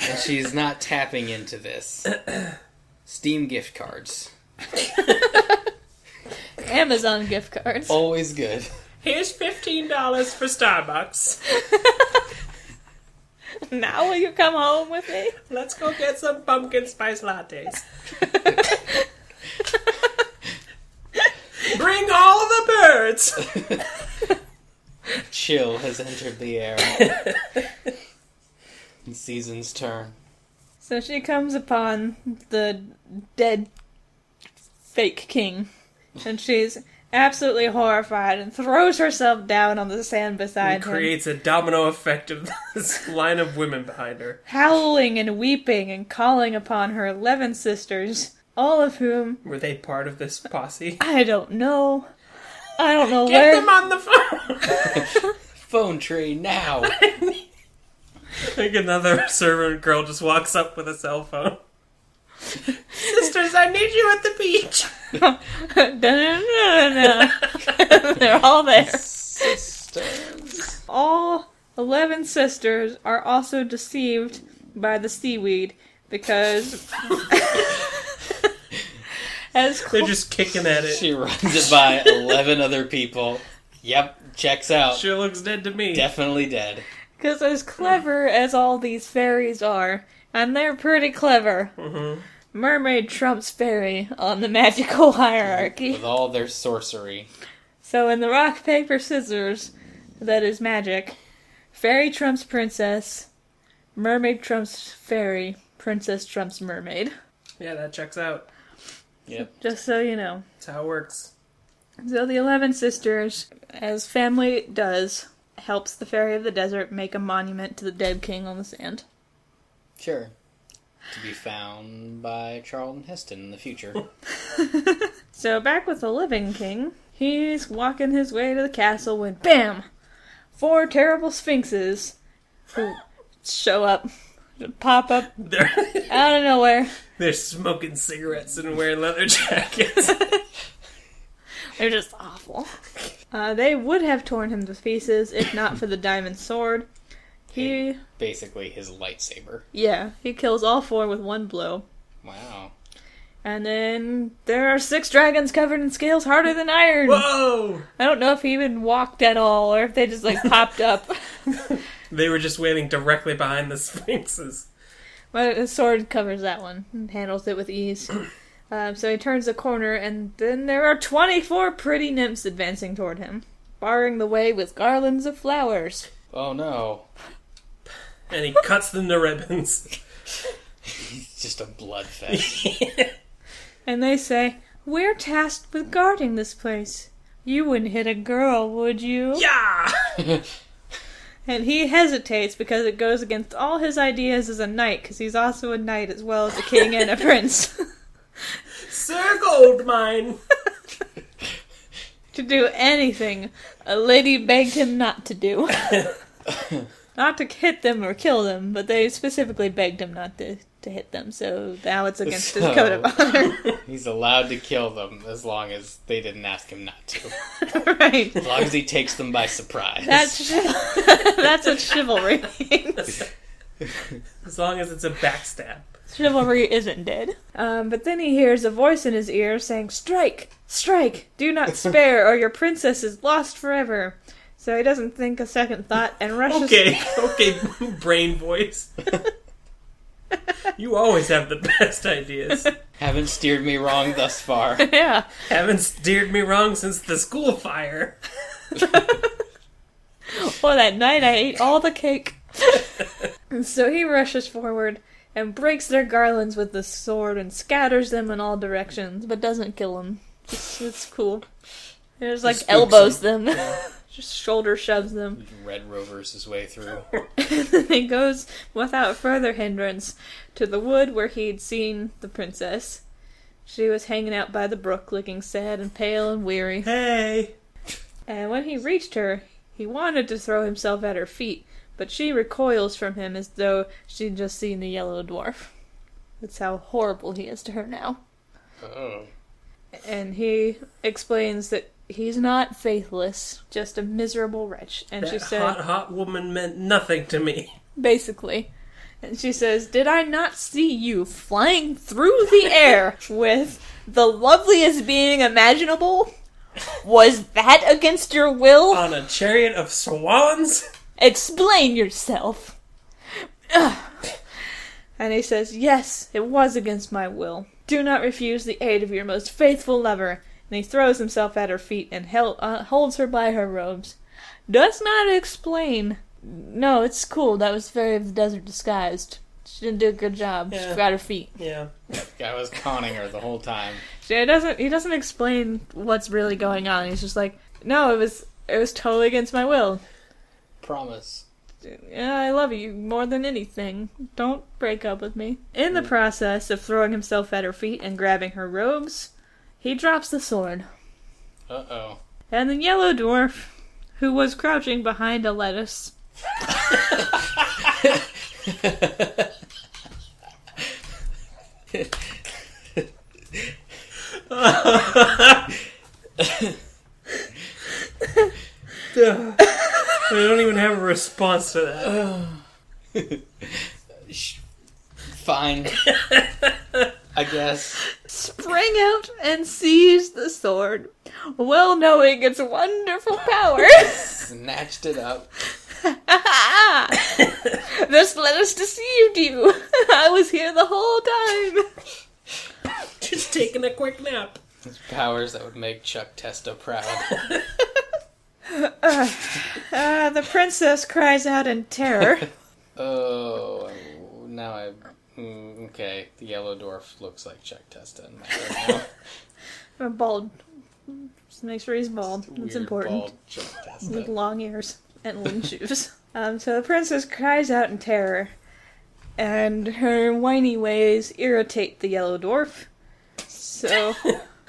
S3: and she's not tapping
S1: <clears throat>
S3: into this. Steam gift cards,
S4: Amazon gift
S3: Oh,
S4: cards.
S3: always good.
S1: Here's fifteen dollars for Starbucks.
S4: <laughs> Now will you come home with me? <laughs>
S1: Let's go get some pumpkin spice lattes. Bring all the
S3: <laughs>
S1: birds.
S3: Chill has entered the <laughs> air. And Season's turn.
S4: So she comes upon the dead fake king, and she's absolutely horrified and throws herself down on the sand beside
S1: It
S4: him,
S1: creates a domino effect of <laughs> this line of women behind her.
S4: howling and weeping and calling upon her eleven sisters, all of whom
S1: Were they part of this posse?
S4: I don't know. I don't
S1: <laughs>
S4: know
S1: Get
S4: where.
S1: them on the <laughs> phone.
S3: Phone tree now.
S1: like another servant girl just walks up with a cell phone. Sisters, I need you at the beach.
S4: Da-da-da-da-da. <laughs> They're all there.
S3: Sisters.
S4: all 11 sisters are also deceived by the seaweed because <laughs> as
S1: They're
S4: Cl-
S1: just kicking at <laughs> it.
S3: She runs it by eleven other people. Yep, checks out.
S1: Sure looks dead to me.
S3: Definitely dead.
S4: 'cause as clever as all these fairies are and they're pretty clever
S1: Mm-hmm.
S4: mermaid trumps fairy on the magical <laughs> hierarchy
S3: With all their sorcery.
S4: so in the rock paper scissors that is magic fairy trumps princess mermaid trumps fairy princess trumps mermaid
S1: Yeah, that checks out.
S3: Yep.
S4: just so you know
S1: That's how it works.
S4: So the Eleven Sisters, as family does, helps the Fairy of the Desert make a monument to the dead king on the sand.
S3: Sure. To be found by Charlton Heston in the future.
S4: So back with the living king, he's walking his way to the castle when BAM! Four terrible sphinxes who show up, pop up
S1: They're, <laughs>
S4: out of nowhere.
S1: they're smoking cigarettes and wearing leather <laughs> jackets.
S4: They're just awful. Uh, they would have torn him to pieces if not for the diamond sword. He,
S3: Basically his lightsaber.
S4: yeah, he kills all four with one blow.
S3: Wow.
S4: And then there are six dragons covered in scales harder than iron.
S1: Whoa!
S4: I don't know if he even walked at all or if they just like popped up.
S1: They were just waiting directly behind the sphinxes.
S4: But his sword covers that one and handles it with ease. Um, so he turns the corner, and then there are 24 pretty nymphs advancing toward him, barring the way with garlands of flowers.
S3: Oh no.
S1: and he cuts them to <laughs> ribbons.
S3: It's just a <laughs> bloodfest.
S4: And they say, We're tasked with guarding this place. You wouldn't hit a girl, would you?
S1: yeah!
S4: And he hesitates because it goes against all his ideas as a knight, because he's also a knight as well as a king and a prince. <laughs>
S1: Sir Goldmine!
S4: to do anything a lady begged him not to do. not to hit them or kill them, but they specifically begged him not to, to hit them, so now it's against his code of honor. <laughs>
S3: He's allowed to kill them as long as they didn't ask him not to. As
S4: right.
S3: long as he takes them by surprise.
S4: That's, <laughs> chiv- that's what chivalry <laughs> means.
S1: As long as it's a backstab.
S4: Chivalry isn't dead. Um, but then he hears a voice in his ear saying, Strike! Strike! Do not spare, or your princess is lost forever. So he doesn't think a second thought and rushes.
S1: Okay, <laughs>
S4: <laughs>
S1: okay, brain voice. You always have the best <laughs> ideas.
S3: Haven't steered me wrong thus far. <laughs>
S4: yeah.
S1: Haven't steered me wrong since the school fire.
S4: Well, that night I ate all the cake. and so he rushes forward and breaks their garlands with the sword and scatters them in all directions, but doesn't kill them. It's, it's cool. He just like
S3: spooks
S4: elbows them, <laughs> just shoulder shoves them.
S3: Red Rover's his way through.
S4: <laughs> And he goes without further hindrance to the wood where he'd seen the princess. She was hanging out by the brook, looking sad and pale and weary.
S1: Hey!
S4: And when he reached her, he wanted to throw himself at her feet, but she recoils from him as though she'd just seen the yellow dwarf. That's how horrible he is to her now.
S3: Oh.
S4: And he explains that he's not faithless, just a miserable wretch. And she
S1: That
S4: said,
S1: hot, hot woman meant nothing to me.
S4: basically. And she says, Did I not see you flying through the air with the loveliest being imaginable? Was that against your will?
S1: On a chariot of swans?
S4: Explain yourself. Ugh. And he says, Yes, it was against my will. Do not refuse the aid of your most faithful lover. And he throws himself at her feet and hel- uh, holds her by her robes. Does not explain. No, it's cool. That was Fairy of the Desert disguised. She didn't do a good job. She
S1: Yeah.
S4: forgot her feet.
S1: Yeah. <laughs>
S3: I was conning her the whole time.
S4: She doesn't. He doesn't explain what's really going on. He's just like, no, it was. It was totally against my will.
S3: Promise.
S4: Yeah, I love you more than anything. Don't break up with me. In the process of throwing himself at her feet and grabbing her robes, he drops the sword.
S3: Uh oh.
S4: And the yellow dwarf, who was crouching behind a lettuce,
S1: Ugh. I don't even have a response to that.
S4: <laughs>
S3: Fine. I guess.
S4: sprang out and seized the sword, well knowing its wonderful power. <laughs>
S3: Snatched it up.
S4: this lettuce deceived you. <laughs> I was here the whole time.
S1: <laughs> Just taking a quick nap.
S3: Powers that would make Chuck Testa proud. <laughs>
S4: Uh, the princess cries out in <laughs> terror.
S3: Oh, now I. mm, Okay, the yellow dwarf looks like Chuck Testa in my head now.
S4: Uh, bald. Just make sure he's bald. <laughs> That's
S3: Weird,
S4: important.
S3: bald Chuck Testa.
S4: With long <laughs> ears and wooden shoes. Um, so the princess cries out in terror, and her whiny ways irritate the yellow dwarf. So,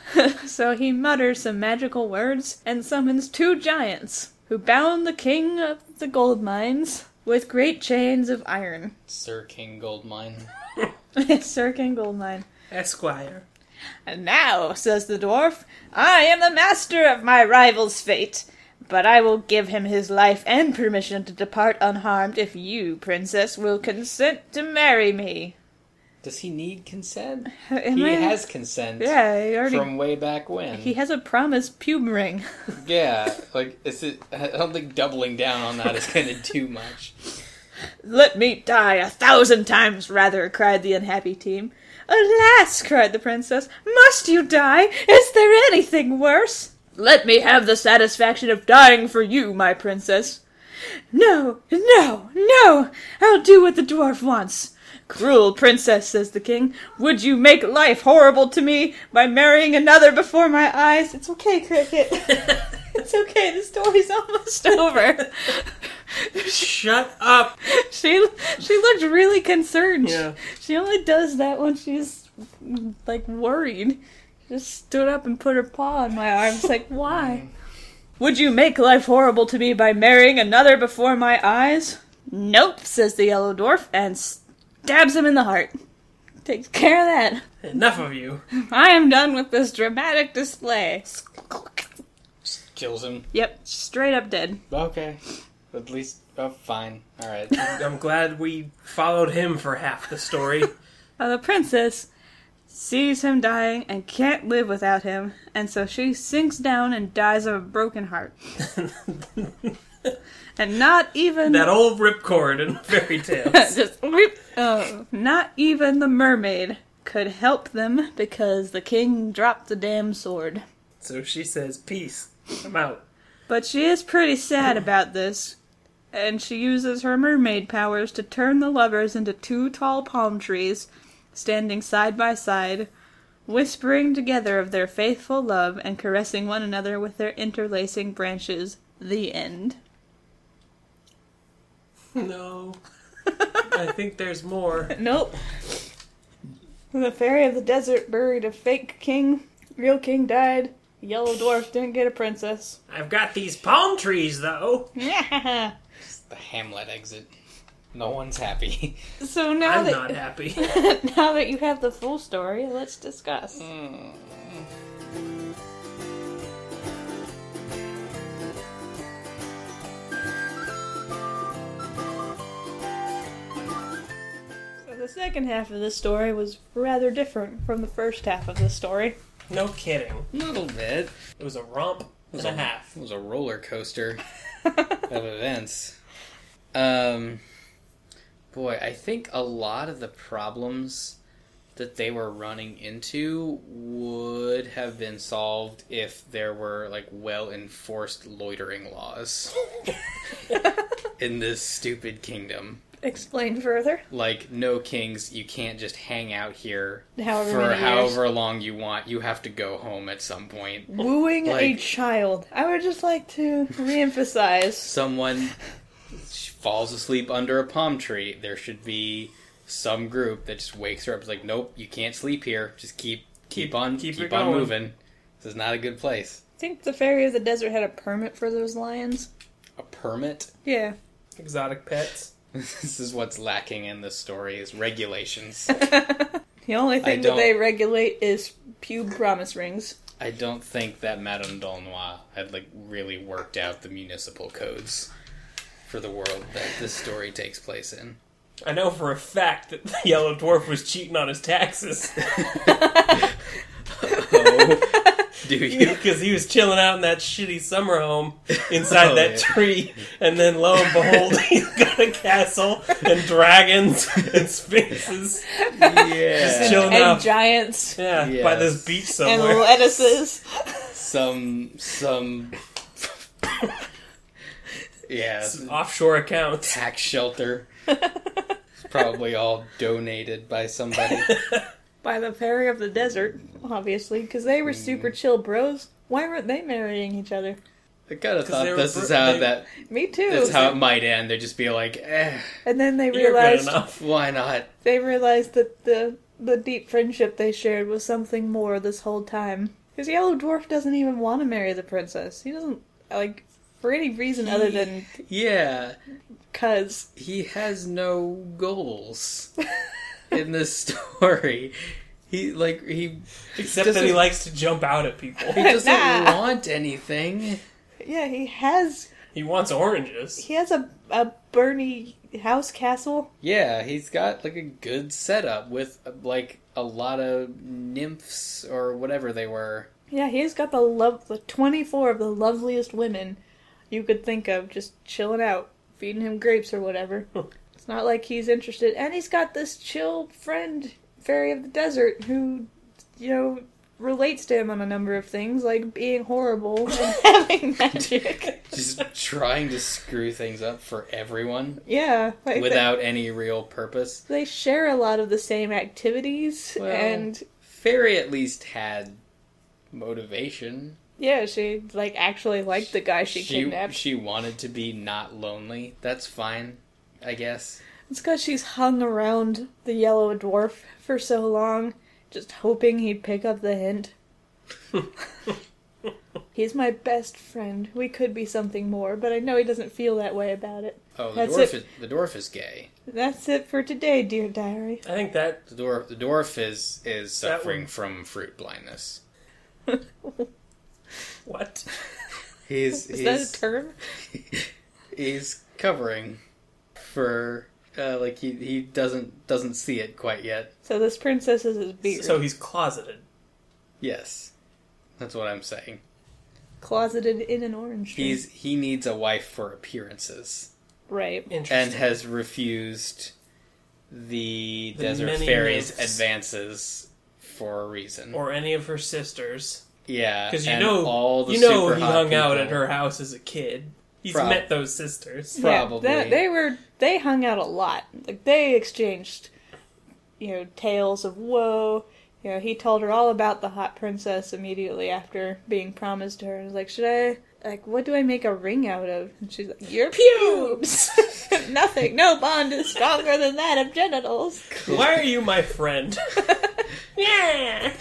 S4: <laughs> so he mutters some magical words and summons two giants who bound the king of the gold mines with great chains of iron. <laughs>
S3: Sir King Goldmine.
S4: Sir King Goldmine.
S1: Esquire.
S4: And now, says the dwarf, I am the master of my rival's fate, but I will give him his life and permission to depart unharmed if you, princess, will consent to marry me. <laughs>
S3: Does he need consent?
S4: Am
S3: He
S4: I-
S3: has consent.
S4: Yeah, he already.
S3: From way back when.
S4: He has a promised pube ring. <laughs>
S3: Yeah, like is it? I don't think doubling down on that is going to do much.
S4: Let me die a thousand times rather, cried the unhappy team. Alas, cried the princess, must you die? Is there anything worse? Let me have the satisfaction of dying for you, my princess. No, no, no! I'll do what the dwarf wants! Cruel princess, says the king, would you make life horrible to me by marrying another before my eyes? It's okay, Cricket. <laughs> it's okay, the story's <laughs> almost over.
S1: Shut up.
S4: she she looked really concerned.
S1: Yeah.
S4: She only does that when she's like worried. She just stood up and put her paw on my arms like, "Why? Would you make life horrible to me by marrying another before my eyes?" "Nope," says the yellow dwarf and stabs him in the heart. Takes care of that.
S1: Enough of you.
S4: I am done with this dramatic display.
S3: Kills him.
S4: Yep, straight up dead.
S3: Okay. At least, oh, fine. All right.
S1: I'm glad we followed him for half the story. <laughs>
S4: Uh, the princess sees him dying and can't live without him, and so she sinks down and dies of a broken heart. and not even
S1: that old ripcord in fairy tales.
S4: <laughs> just whoop. oh, not even the mermaid could help them because the king dropped the damn sword.
S1: so she says, "Peace. I'm out."
S4: But she is pretty sad about this, and she uses her mermaid powers to turn the lovers into two tall palm trees, standing side by side, whispering together of their faithful love and caressing one another with their interlacing branches. The end. <laughs>
S1: No. I think there's more.
S4: Nope. The fairy of the desert buried a fake king. Real king died. Yellow dwarf didn't get a princess.
S1: <laughs>
S4: <laughs>
S1: I've got these palm trees, though.
S3: the Hamlet exit. No one's happy. <laughs>
S4: so now
S1: I'm
S4: that
S1: not
S4: <laughs>
S1: happy.
S4: now that you have the full story, let's discuss. So the second half of this story was rather different from the first half of this story.
S1: No kidding.
S3: little bit.
S1: It was a romp and a half.
S3: It was a roller
S4: <laughs>
S3: coaster of events. Um, boy, I think a lot of the problems that they were running into would have been solved if there were like well enforced loitering
S4: <laughs>
S3: laws in this stupid kingdom.
S4: Explain further.
S3: Like no kings, you can't just hang out here
S4: However
S3: for
S4: many
S3: however long you want. You have to go home at some point.
S4: years. Wooing a
S3: Like-
S4: child. I would just like to reemphasize.
S3: someone falls asleep under a palm tree, there should be some group that just wakes her up. It's like, nope, you can't sleep here. Just keep keep
S1: Keep-
S3: on
S1: keep
S3: keep,
S1: it
S3: on
S1: going."
S3: moving. This is not a good place.
S4: I think the fairy of the desert had a permit for those lions.
S3: A permit. <laughs>
S4: Yeah.
S1: Exotic pets.
S3: this is what's lacking in this story is regulations.
S4: The only thing that
S3: don't-
S4: they regulate is pube promise rings.
S3: I don't think that Madame Dolnois had like really worked out the municipal codes for the world that this story takes place in. <laughs>
S1: I know for a fact that the yellow dwarf was cheating on his <laughs> taxes
S3: Oh,
S1: <laughs>
S3: do you?
S1: because he was chilling out in that shitty summer home inside
S3: Oh,
S1: that
S3: yeah.
S1: tree, and then lo and behold, <laughs> he's got a castle and dragons and sphinxes
S3: <laughs> Yeah.
S1: chilling
S4: and
S1: out.
S4: giants
S1: Yeah,
S3: Yes.
S1: by this beach
S4: and
S1: Oh, <laughs> somewhere.
S4: lettuces. <laughs>
S3: some some yeah
S1: Offshore accounts. <laughs>
S3: tax shelter It's probably all donated by somebody
S4: By the fairy of the desert, obviously, because they were super
S1: Mm.
S4: chill bros. Why weren't they marrying each other?
S3: i kind of thought
S1: they were
S3: this
S1: br-
S3: is how
S1: they-
S3: that
S4: Me too.
S3: that's how it might end they'd just be like eh,
S4: and then
S1: <laughs>
S4: they
S1: You're good
S3: <laughs>
S4: realized
S1: enough.
S3: why not
S4: they realized that the the deep friendship they shared was something more this whole time. Because Yellow Dwarf doesn't even want to marry the princess. He doesn't like for any reason other than
S3: yeah
S4: cause.
S1: <laughs>
S3: he has no goals in this <laughs> story he like he
S1: Except
S3: Just
S1: that he
S3: a-
S1: likes to jump out at people. <laughs>
S3: he doesn't
S4: Nah.
S3: want anything
S4: <laughs> Yeah, he has
S1: He wants oranges.
S4: he has a a Bernie house castle.
S3: Yeah, he's got like a good setup with like a lot of nymphs or whatever they were.
S4: Yeah, he's got the love the twenty four of the loveliest women you could think of just chilling out, feeding him grapes
S3: <laughs>
S4: or whatever. it's not like he's interested, and he's got this chill friend fairy of the desert who, you know, relates to him on a number of things, like being horrible
S3: <laughs>
S4: and having magic.
S3: Just trying to screw things up for everyone
S4: Yeah, like they-
S3: without any real purpose.
S4: they, share a lot of the same activities,
S3: Well-
S4: and
S3: Fairy at least had motivation.
S4: yeah, she like actually liked the guy she, kidnapped.
S3: she wanted to be not lonely. That's fine, I guess.
S4: It's because she's hung around the yellow dwarf for so long, just hoping he'd pick up
S3: <laughs>
S4: the hint. He's my best friend. We could be something more, but I know he doesn't feel that way about it.
S3: Oh, the
S4: That's
S3: dwarf
S4: it.
S3: is the dwarf is gay.
S4: That's it for today, dear diary.
S1: I think that
S3: The dwarf the dwarf is is
S1: That
S3: suffering
S1: one.
S3: from fruit blindness.
S1: what?
S3: He's
S4: Is
S3: he's
S4: that a term?
S3: he's covering for uh, like he he doesn't doesn't see it quite yet.
S4: So this princess is his beard.
S1: So he's closeted.
S3: Yes, that's what I'm saying.
S4: Closeted in an orange tree.
S3: He's he needs a wife for appearances.
S4: right.
S1: Interesting.
S3: and has refused
S1: The
S3: the, desert
S1: many
S3: fairies
S1: myths.
S3: advances for a reason.
S1: or any of her sisters,
S3: yeah,
S1: because you
S3: and
S1: know
S3: all the
S1: you know
S3: super
S1: he
S3: hot
S1: hung out
S3: people-
S1: at her house as a kid. He's
S3: Prob-
S1: met those
S3: <laughs>
S1: sisters. <laughs>
S3: Probably.
S4: Yeah, that- they were they hung out a lot. Like they exchanged, you know, tales of woe. You know, he told her all about the hot princess immediately after being promised to her. And was like, should I like what do I make a ring out of? And she's like, your pubes. <laughs> Nothing. No bond is stronger than that of genitals.
S1: Why are you my friend? <laughs> yeah.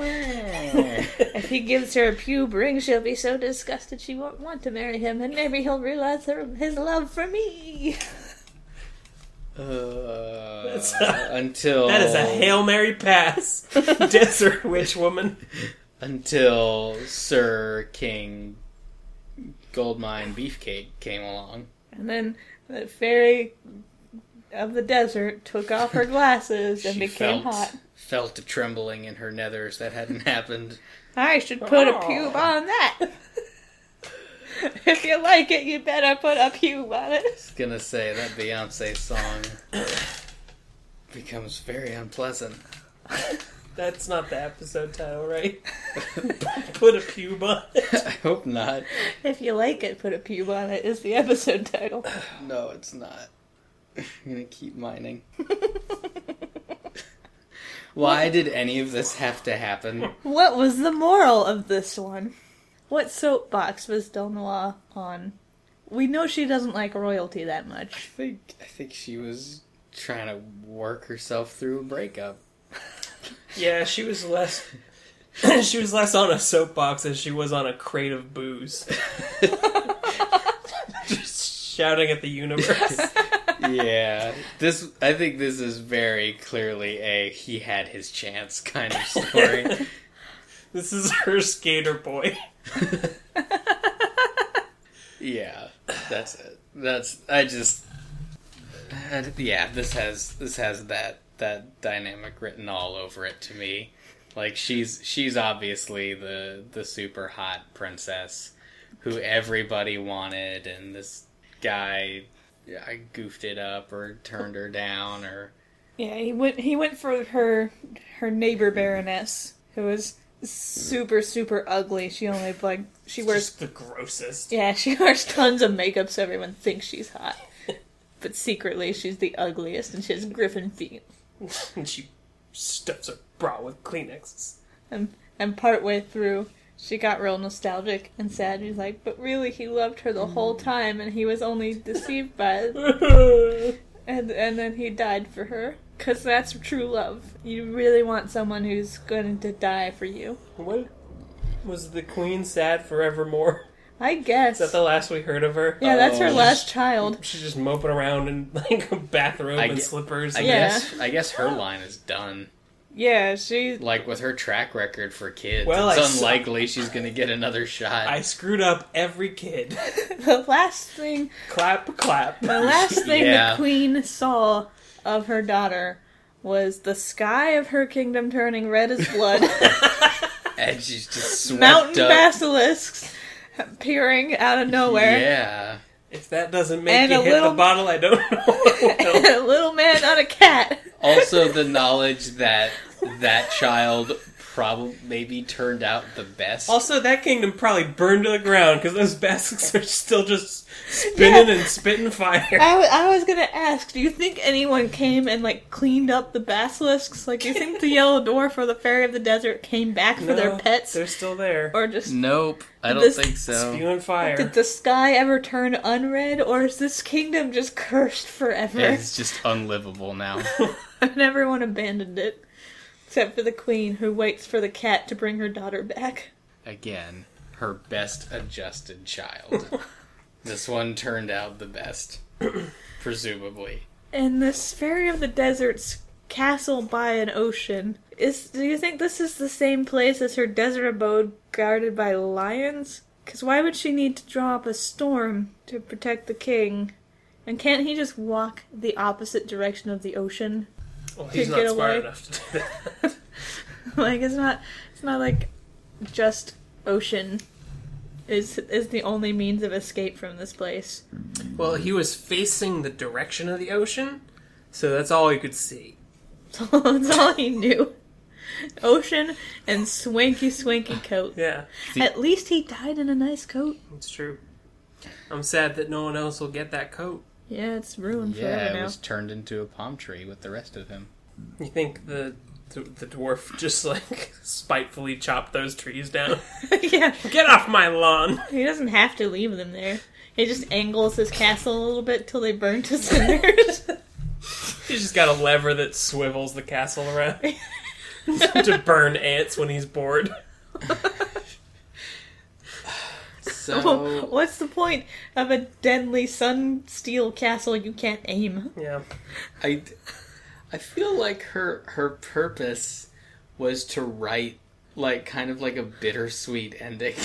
S4: If he gives her a pube ring, she'll be so disgusted she won't want to marry him, and maybe he'll realize her, his love for me.
S3: Uh,
S1: That's- <laughs>
S3: until
S1: That is a hail mary
S3: <laughs>
S1: pass, desert witch woman.
S3: until Sir King Goldmine Beefcake came along.
S4: And then the fairy of the desert took off her glasses and
S3: She
S4: became
S3: felt
S4: hot.
S3: felt a trembling in her nethers that hadn't <laughs> happened.
S4: I should put a
S1: Oh.
S4: pube on that. if you like it, you better put a pube on it.
S3: was gonna say that Beyonce song becomes very unpleasant.
S1: That's not the episode title, right? <laughs> Put a pube on <laughs> it.
S3: I hope not.
S4: If you like it, put a pube on it is the episode title.
S3: No, it's not. <laughs> I'm gonna keep mining. Why did any of this have to happen?
S4: What was the moral of this one? What soapbox was Del Noir on? We know she doesn't like royalty that
S3: I
S4: much.
S3: think I think she was trying to work herself through a breakup.
S1: Yeah, she was less. <laughs> she was less on a soapbox as she was on a crate of <laughs> booze, just shouting at the universe.
S3: yeah, this I think this is very clearly a he had his chance kind of story.
S1: This is her skater boy.
S3: Yeah, that's it. That's I just I- yeah. This has this has that that dynamic written all over it to me. Like she's she's obviously the the super hot princess who everybody wanted, and this guy yeah, I goofed it up or turned her down or
S4: Yeah, he went. He went for her, her neighbor baroness, who was super, super ugly. She only like she wears.
S1: Just the grossest.
S4: Yeah, she <laughs> wears tons of makeup, so everyone thinks she's hot, but secretly she's the ugliest, and she has griffin feet.
S1: And she stuffs her bra with <laughs> Kleenexes.
S4: And and partway through, she got real nostalgic and sad. She's like, but really, he loved her the whole time, and he was only deceived by it. And and then he died for her, cause that's true love. You really want someone who's going to die for you.
S1: what was the queen sad forevermore?
S4: I guess.
S1: Is that the last we heard of her?
S4: yeah, that's her
S3: Oh.
S4: last child.
S1: She's just moping around in like a bathrobe
S3: I
S1: and
S3: ge-
S1: slippers.
S3: I
S1: and-
S4: Yeah.
S3: guess I guess her line is done.
S4: Yeah, she. <laughs>
S3: Like with her track record for kids,
S1: Well, I
S3: it's
S1: saw-
S3: unlikely she's gonna get another shot.
S1: I screwed up every kid. <laughs>
S4: The last thing,
S1: clap, clap. <laughs>
S4: the last thing
S3: Yeah.
S4: the queen saw of her daughter was the sky of her kingdom turning red as blood,
S1: <laughs>
S3: and she's just swept
S4: mountain
S3: up.
S4: basilisks peering out of nowhere,
S3: Yeah.
S1: If that doesn't make
S4: And
S1: you
S4: a
S1: hit
S4: little-
S1: the bottle, I
S4: <laughs>
S1: don't know. what will.
S4: and <laughs> a little man on a cat.
S3: Also, the knowledge that that child probably maybe turned out the best.
S1: Also, that kingdom probably burned to the ground because those baskets are still just spinning and spitting fire.
S4: I, w- I was gonna ask, do you think anyone came and like cleaned up the basilisks? Like, do you think the yellow dwarf or the fairy of the desert came back for their
S1: No,
S4: pets,
S1: They're still there.
S4: or just
S3: Nope, I don't
S4: This-
S3: think so.
S1: Spewing fire.
S4: did the sky ever turn unred, or is this kingdom just cursed forever
S3: It's just unlivable now.
S4: <laughs>
S3: <laughs>
S4: and everyone abandoned it, except for the queen who waits for the cat to bring her daughter back?
S3: Again, her best adjusted child.
S4: <laughs>
S3: this one turned out the
S4: <clears throat>
S3: best, presumably.
S4: And this fairy of the desert's castle by an ocean is. Do you think this is the same place as her desert abode guarded by lions? Because why would she need to draw up a storm to protect the king? And can't he just walk the opposite direction of the ocean? <laughs>
S1: well, he's
S4: to
S1: not
S4: get
S1: smart
S4: away.
S1: enough to do that. <laughs>
S4: like it's not. It's not like just ocean is is the only means of escape from this place.
S1: Well, he was facing the direction of the ocean, so that's all he could see.
S4: That's all, <laughs> that's all he knew. Ocean and swanky swanky coat.
S1: Yeah,
S4: At least he died in a nice coat.
S1: it's true. I'm sad that no one else will get that coat.
S4: Yeah, it's ruined
S3: Yeah,
S4: forever
S3: it
S4: now.
S3: was turned into a palm tree with the rest of him.
S1: You think the the, the dwarf just like <laughs> spitefully chopped those trees
S4: <laughs>
S1: down?
S4: yeah,
S1: get off my lawn!
S4: he doesn't have to leave them there. He just angles his castle a little bit till they burn
S3: <laughs>
S4: to cinders. <laughs>
S1: He's just got a lever that swivels the castle around <laughs> to burn ants when he's bored.
S3: So
S4: What's the point of a deadly sun steel castle you can't aim? <laughs>
S1: Yeah,
S3: I, I feel like her her purpose was to write like kind of like a bittersweet ending.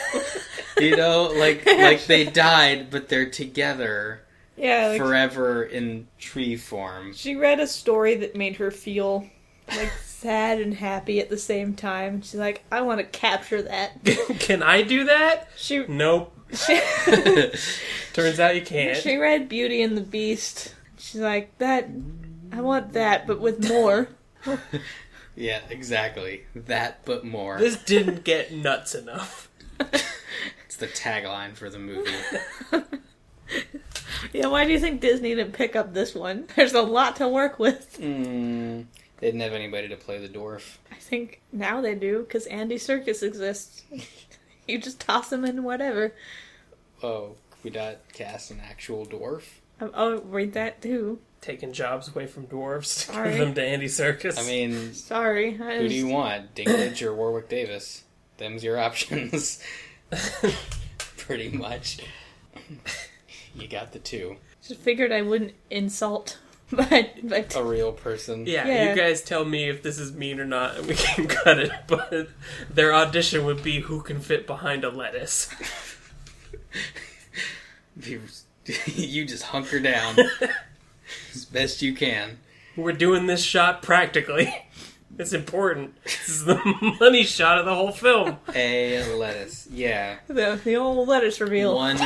S3: <laughs> you know, like like they died, but they're together
S4: Yeah, like
S3: forever in tree form. <laughs>
S4: she read a story that made her feel like sad and happy at the same time. She's like, I want to capture
S1: <laughs>
S4: that.
S3: <laughs>
S1: can I do that?
S4: She
S1: Nope.
S4: she
S1: Turns out you can't.
S4: She read Beauty and the Beast. She's like, that. I want that, but with more. <laughs>
S3: yeah, exactly. That but more.
S1: This didn't get nuts enough.
S3: It's the tagline for the movie.
S4: yeah, why do you think Disney didn't pick up this one? <laughs> There's a lot to work with.
S3: mm, they didn't have anybody to play the dwarf.
S4: I think now they do, because Andy Circus exists. <laughs> you just toss him in whatever.
S3: Oh, could we not cast an actual dwarf?
S4: Um, oh, read that too.
S1: Taking jobs away from dwarves to
S4: Sorry.
S1: give them to Andy Circus.
S3: I mean,
S4: Sorry. I
S3: Who do you
S4: just-
S3: want, Dinklage or Warwick Davis? Them's your
S4: <laughs>
S3: options. Pretty much. You got the two.
S4: just figured I wouldn't insult. <laughs> But, but
S3: A real person.
S1: Yeah,
S4: Yeah.
S1: you guys tell me if this is mean or not, and we <laughs> can cut it. But their audition would be who can fit behind a lettuce.
S3: You, <laughs> you just hunker
S4: <laughs>
S3: down as best you can.
S1: We're doing this shot practically. <laughs> It's important. This is the <laughs> money shot of the whole film.
S3: A lettuce. Yeah.
S4: the, the old lettuce reveal. <laughs>
S3: One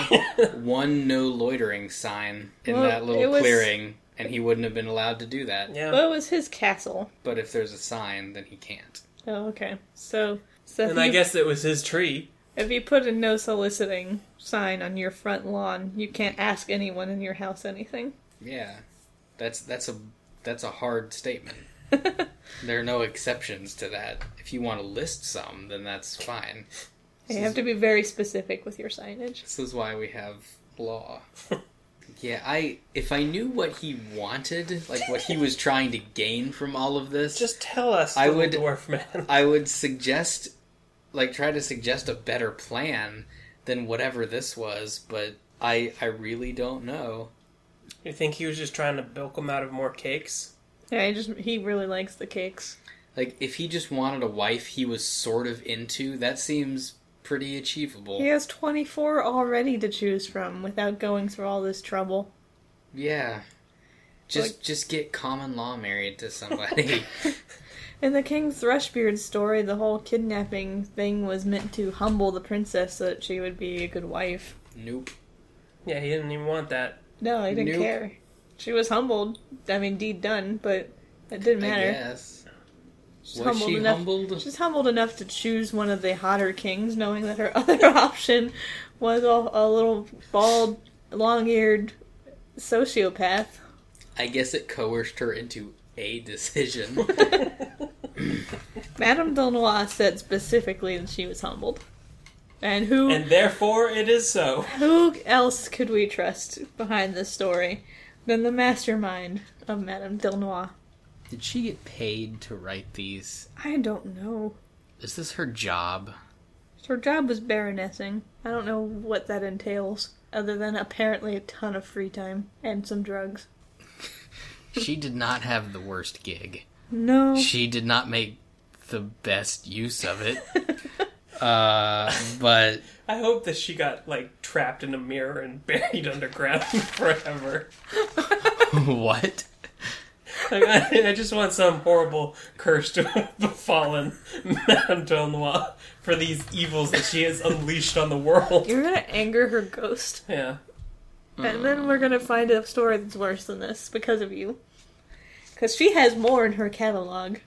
S3: one no loitering sign in
S4: Well,
S3: that
S4: it
S3: little
S4: was-
S3: clearing, and he wouldn't have been allowed to do that.
S1: Yeah.
S4: What was his castle?
S3: But if there's a sign, then he can't.
S4: Oh, okay. So, so
S1: And I
S4: you-
S1: guess it was his tree.
S4: If you put a no soliciting sign on your front lawn, you can't ask anyone in your house anything.
S3: Yeah. That's that's a that's a hard statement. There are no exceptions to that. If you want to list some, then that's fine.
S4: you have to be very specific with your signage.
S3: This is why we have law. yeah, I if I knew what he wanted, like what he was trying to gain from all of this,
S1: Just tell us,
S3: I
S1: little
S3: would-
S1: dwarf
S3: <laughs>
S1: man.
S3: I would suggest like try to suggest a better plan than whatever this was, but I I really don't know.
S1: You think he was just trying to bilk him out of more cakes?
S4: Yeah, he just he really likes the cakes.
S3: Like if he just wanted a wife he was sort of into, that seems pretty achievable.
S4: He has 24 already to choose from without going through all this trouble.
S3: Yeah. Just
S4: Like-
S3: just get common law married
S4: <laughs>
S3: to somebody.
S4: In the King Thrushbeard story, the whole kidnapping thing was meant to humble the princess so that she would be a good wife.
S3: nope.
S1: Yeah, he didn't even want that.
S4: No, I didn't
S3: Nope.
S4: care. She was humbled. I mean, deed done, but it didn't
S3: I
S4: matter.
S3: guess.
S4: She's
S3: Was she
S4: enough.
S3: humbled?
S4: She's humbled enough to choose one of the hotter kings, knowing that her <laughs> other option was a, a little bald, long-eared sociopath.
S5: I guess it coerced her into a decision.
S4: <laughs> Madame Delnois said specifically that she was humbled. And who
S1: And therefore it is so.
S4: who else could we trust behind this story than the mastermind of Madame Delnois?
S3: Did she get paid to write these?
S4: I don't know.
S3: Is this her job?
S4: Her job was baronessing. I don't know what that entails, other than apparently a ton of free time and some drugs.
S3: She did not have the worst gig.
S4: No.
S3: She did not make the best use of
S4: <laughs>
S3: it. Uh, but <laughs>
S1: I hope that she got like trapped in a mirror and <laughs> buried underground forever.
S3: what?
S1: Like, I, I just want some horrible curse to <laughs> have <laughs> befallen Madame Delnois for these evils that she has unleashed on the world. <laughs>
S4: You're gonna anger her ghost.
S1: Yeah.
S4: And then we're gonna find a story that's worse than this because of you. Because she has more in her catalog.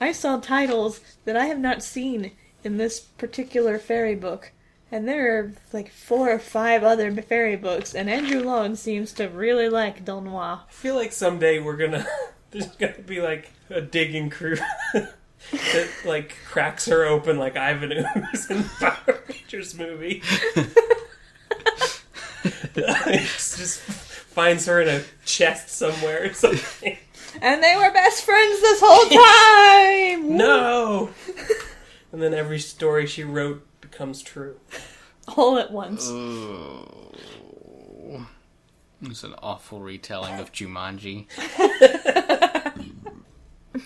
S4: I saw titles that I have not seen in this particular fairy book. And there are like four or five other fairy books, and Andrew Long seems to really like Del Noir.
S1: I feel like someday we're gonna <laughs> there's gonna be like a digging crew <laughs> that like cracks her open like Ivan Ooze in the Power Rangers movie. <laughs> It's just finds her in a chest somewhere or something.
S4: And they were best friends this whole time!
S1: No. And then every story she wrote becomes true.
S4: All at once.
S3: Ooh. It's an awful retelling of Jumanji.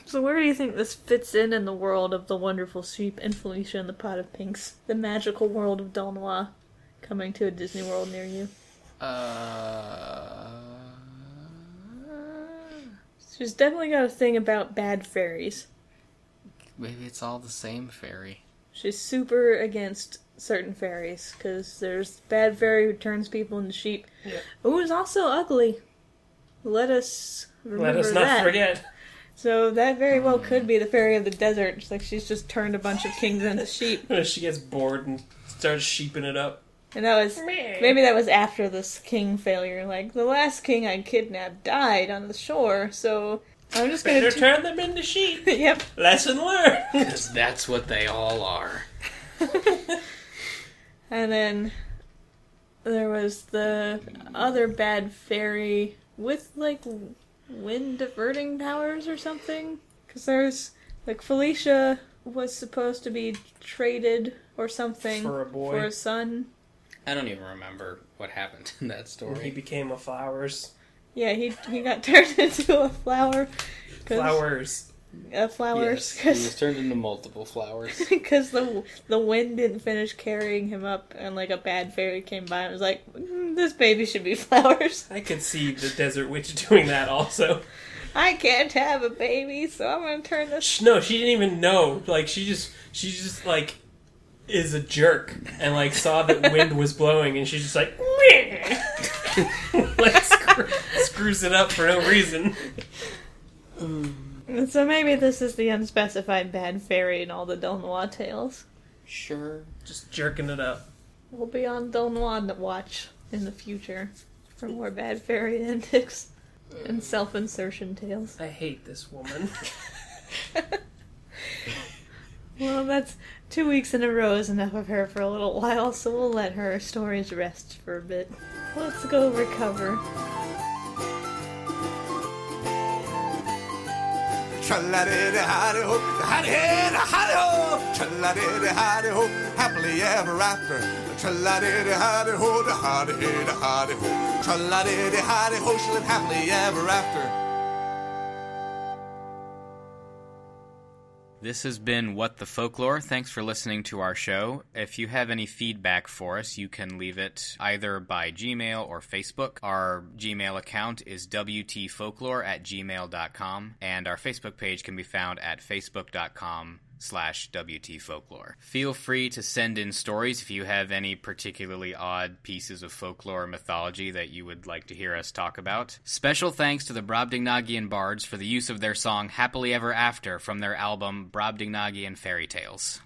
S4: So, where do you think this fits in in the world of the wonderful sheep and Felicia and the Pot of Pinks? The magical world of Del Noir coming to a Disney World near you.
S3: Uh,
S4: She's definitely got a thing about bad fairies.
S3: maybe it's all the same fairy.
S4: She's super against certain fairies because there's the bad fairy who turns people into sheep,
S1: Yeah.
S4: who is also ugly. Let us remember
S1: Let us not
S4: that.
S1: forget.
S4: So that very well could be the fairy of the desert. It's like she's just turned a bunch of kings into sheep,
S1: <laughs> She gets bored and starts sheeping it up.
S4: and that was Maybe that was after this king failure. Like the last king I kidnapped died on the shore, so I'm just gonna.
S1: Better
S4: t-
S1: turn them into sheep.
S4: <laughs> yep.
S1: Lesson learned. <laughs>
S3: Because that's what they all are.
S4: And then there was the other bad fairy with like w- wind diverting powers or something. Because there's like Felicia was supposed to be traded or something
S1: For a boy.
S4: for a son.
S3: I don't even remember what happened in that
S1: He
S3: story.
S1: became a flowers.
S4: Yeah, he he got <laughs> turned into a flower. 'cause-
S1: Flowers.
S4: A flower. 'cause-
S3: he was turned into multiple
S4: <laughs>
S3: flowers.
S4: because the the wind didn't finish carrying him up, and like a bad fairy came by and was like, "Mm, "This baby should be <laughs> flowers.
S1: I could see the desert witch <laughs> doing that also.
S4: I can't have a baby, so I'm gonna turn
S1: <laughs>
S4: this." <laughs>
S1: Sh- No, she didn't even know. Like she just she just like is a jerk and like saw <laughs> that wind was blowing and she's just like "Meh." <laughs> like
S4: <laughs>
S1: screw, screws it up for no reason.
S4: So maybe this is the unspecified bad fairy in all the Del Noir tales.
S3: Sure.
S1: Just jerking it up.
S4: We'll be on Del Noir to watch in the future for more bad fairy antics and self-insertion tales.
S1: I hate this woman.
S4: Well, that's two weeks in a row is enough of her for a little while, so we'll let her stories rest for a bit. Let's go recover.
S2: Tra-la-di-di-hi-di-ho, hi-di-hi-di-hi-di-ho. Tra-la-di-di-hi-di-ho, happily ever after. Tra-la-di-di-hi-di-ho, da-hi-di-hi-di-ho. Tra-la-di-di-hi-di-ho, shall live happily ever after.
S3: This has been What the Folklore. Thanks for listening to our show. If you have any feedback for us, you can leave it either by Gmail or Facebook. Our Gmail account is wtfolklore at gmail.com, and our Facebook page can be found at facebook.com
S6: slash WT folklore. Feel free to send in stories if you have any particularly odd pieces of folklore or mythology that you would like to hear us talk about. Special thanks to the Brobdingnagian bards for the use of their song Happily Ever After from their album Brobdingnagian Fairy Tales.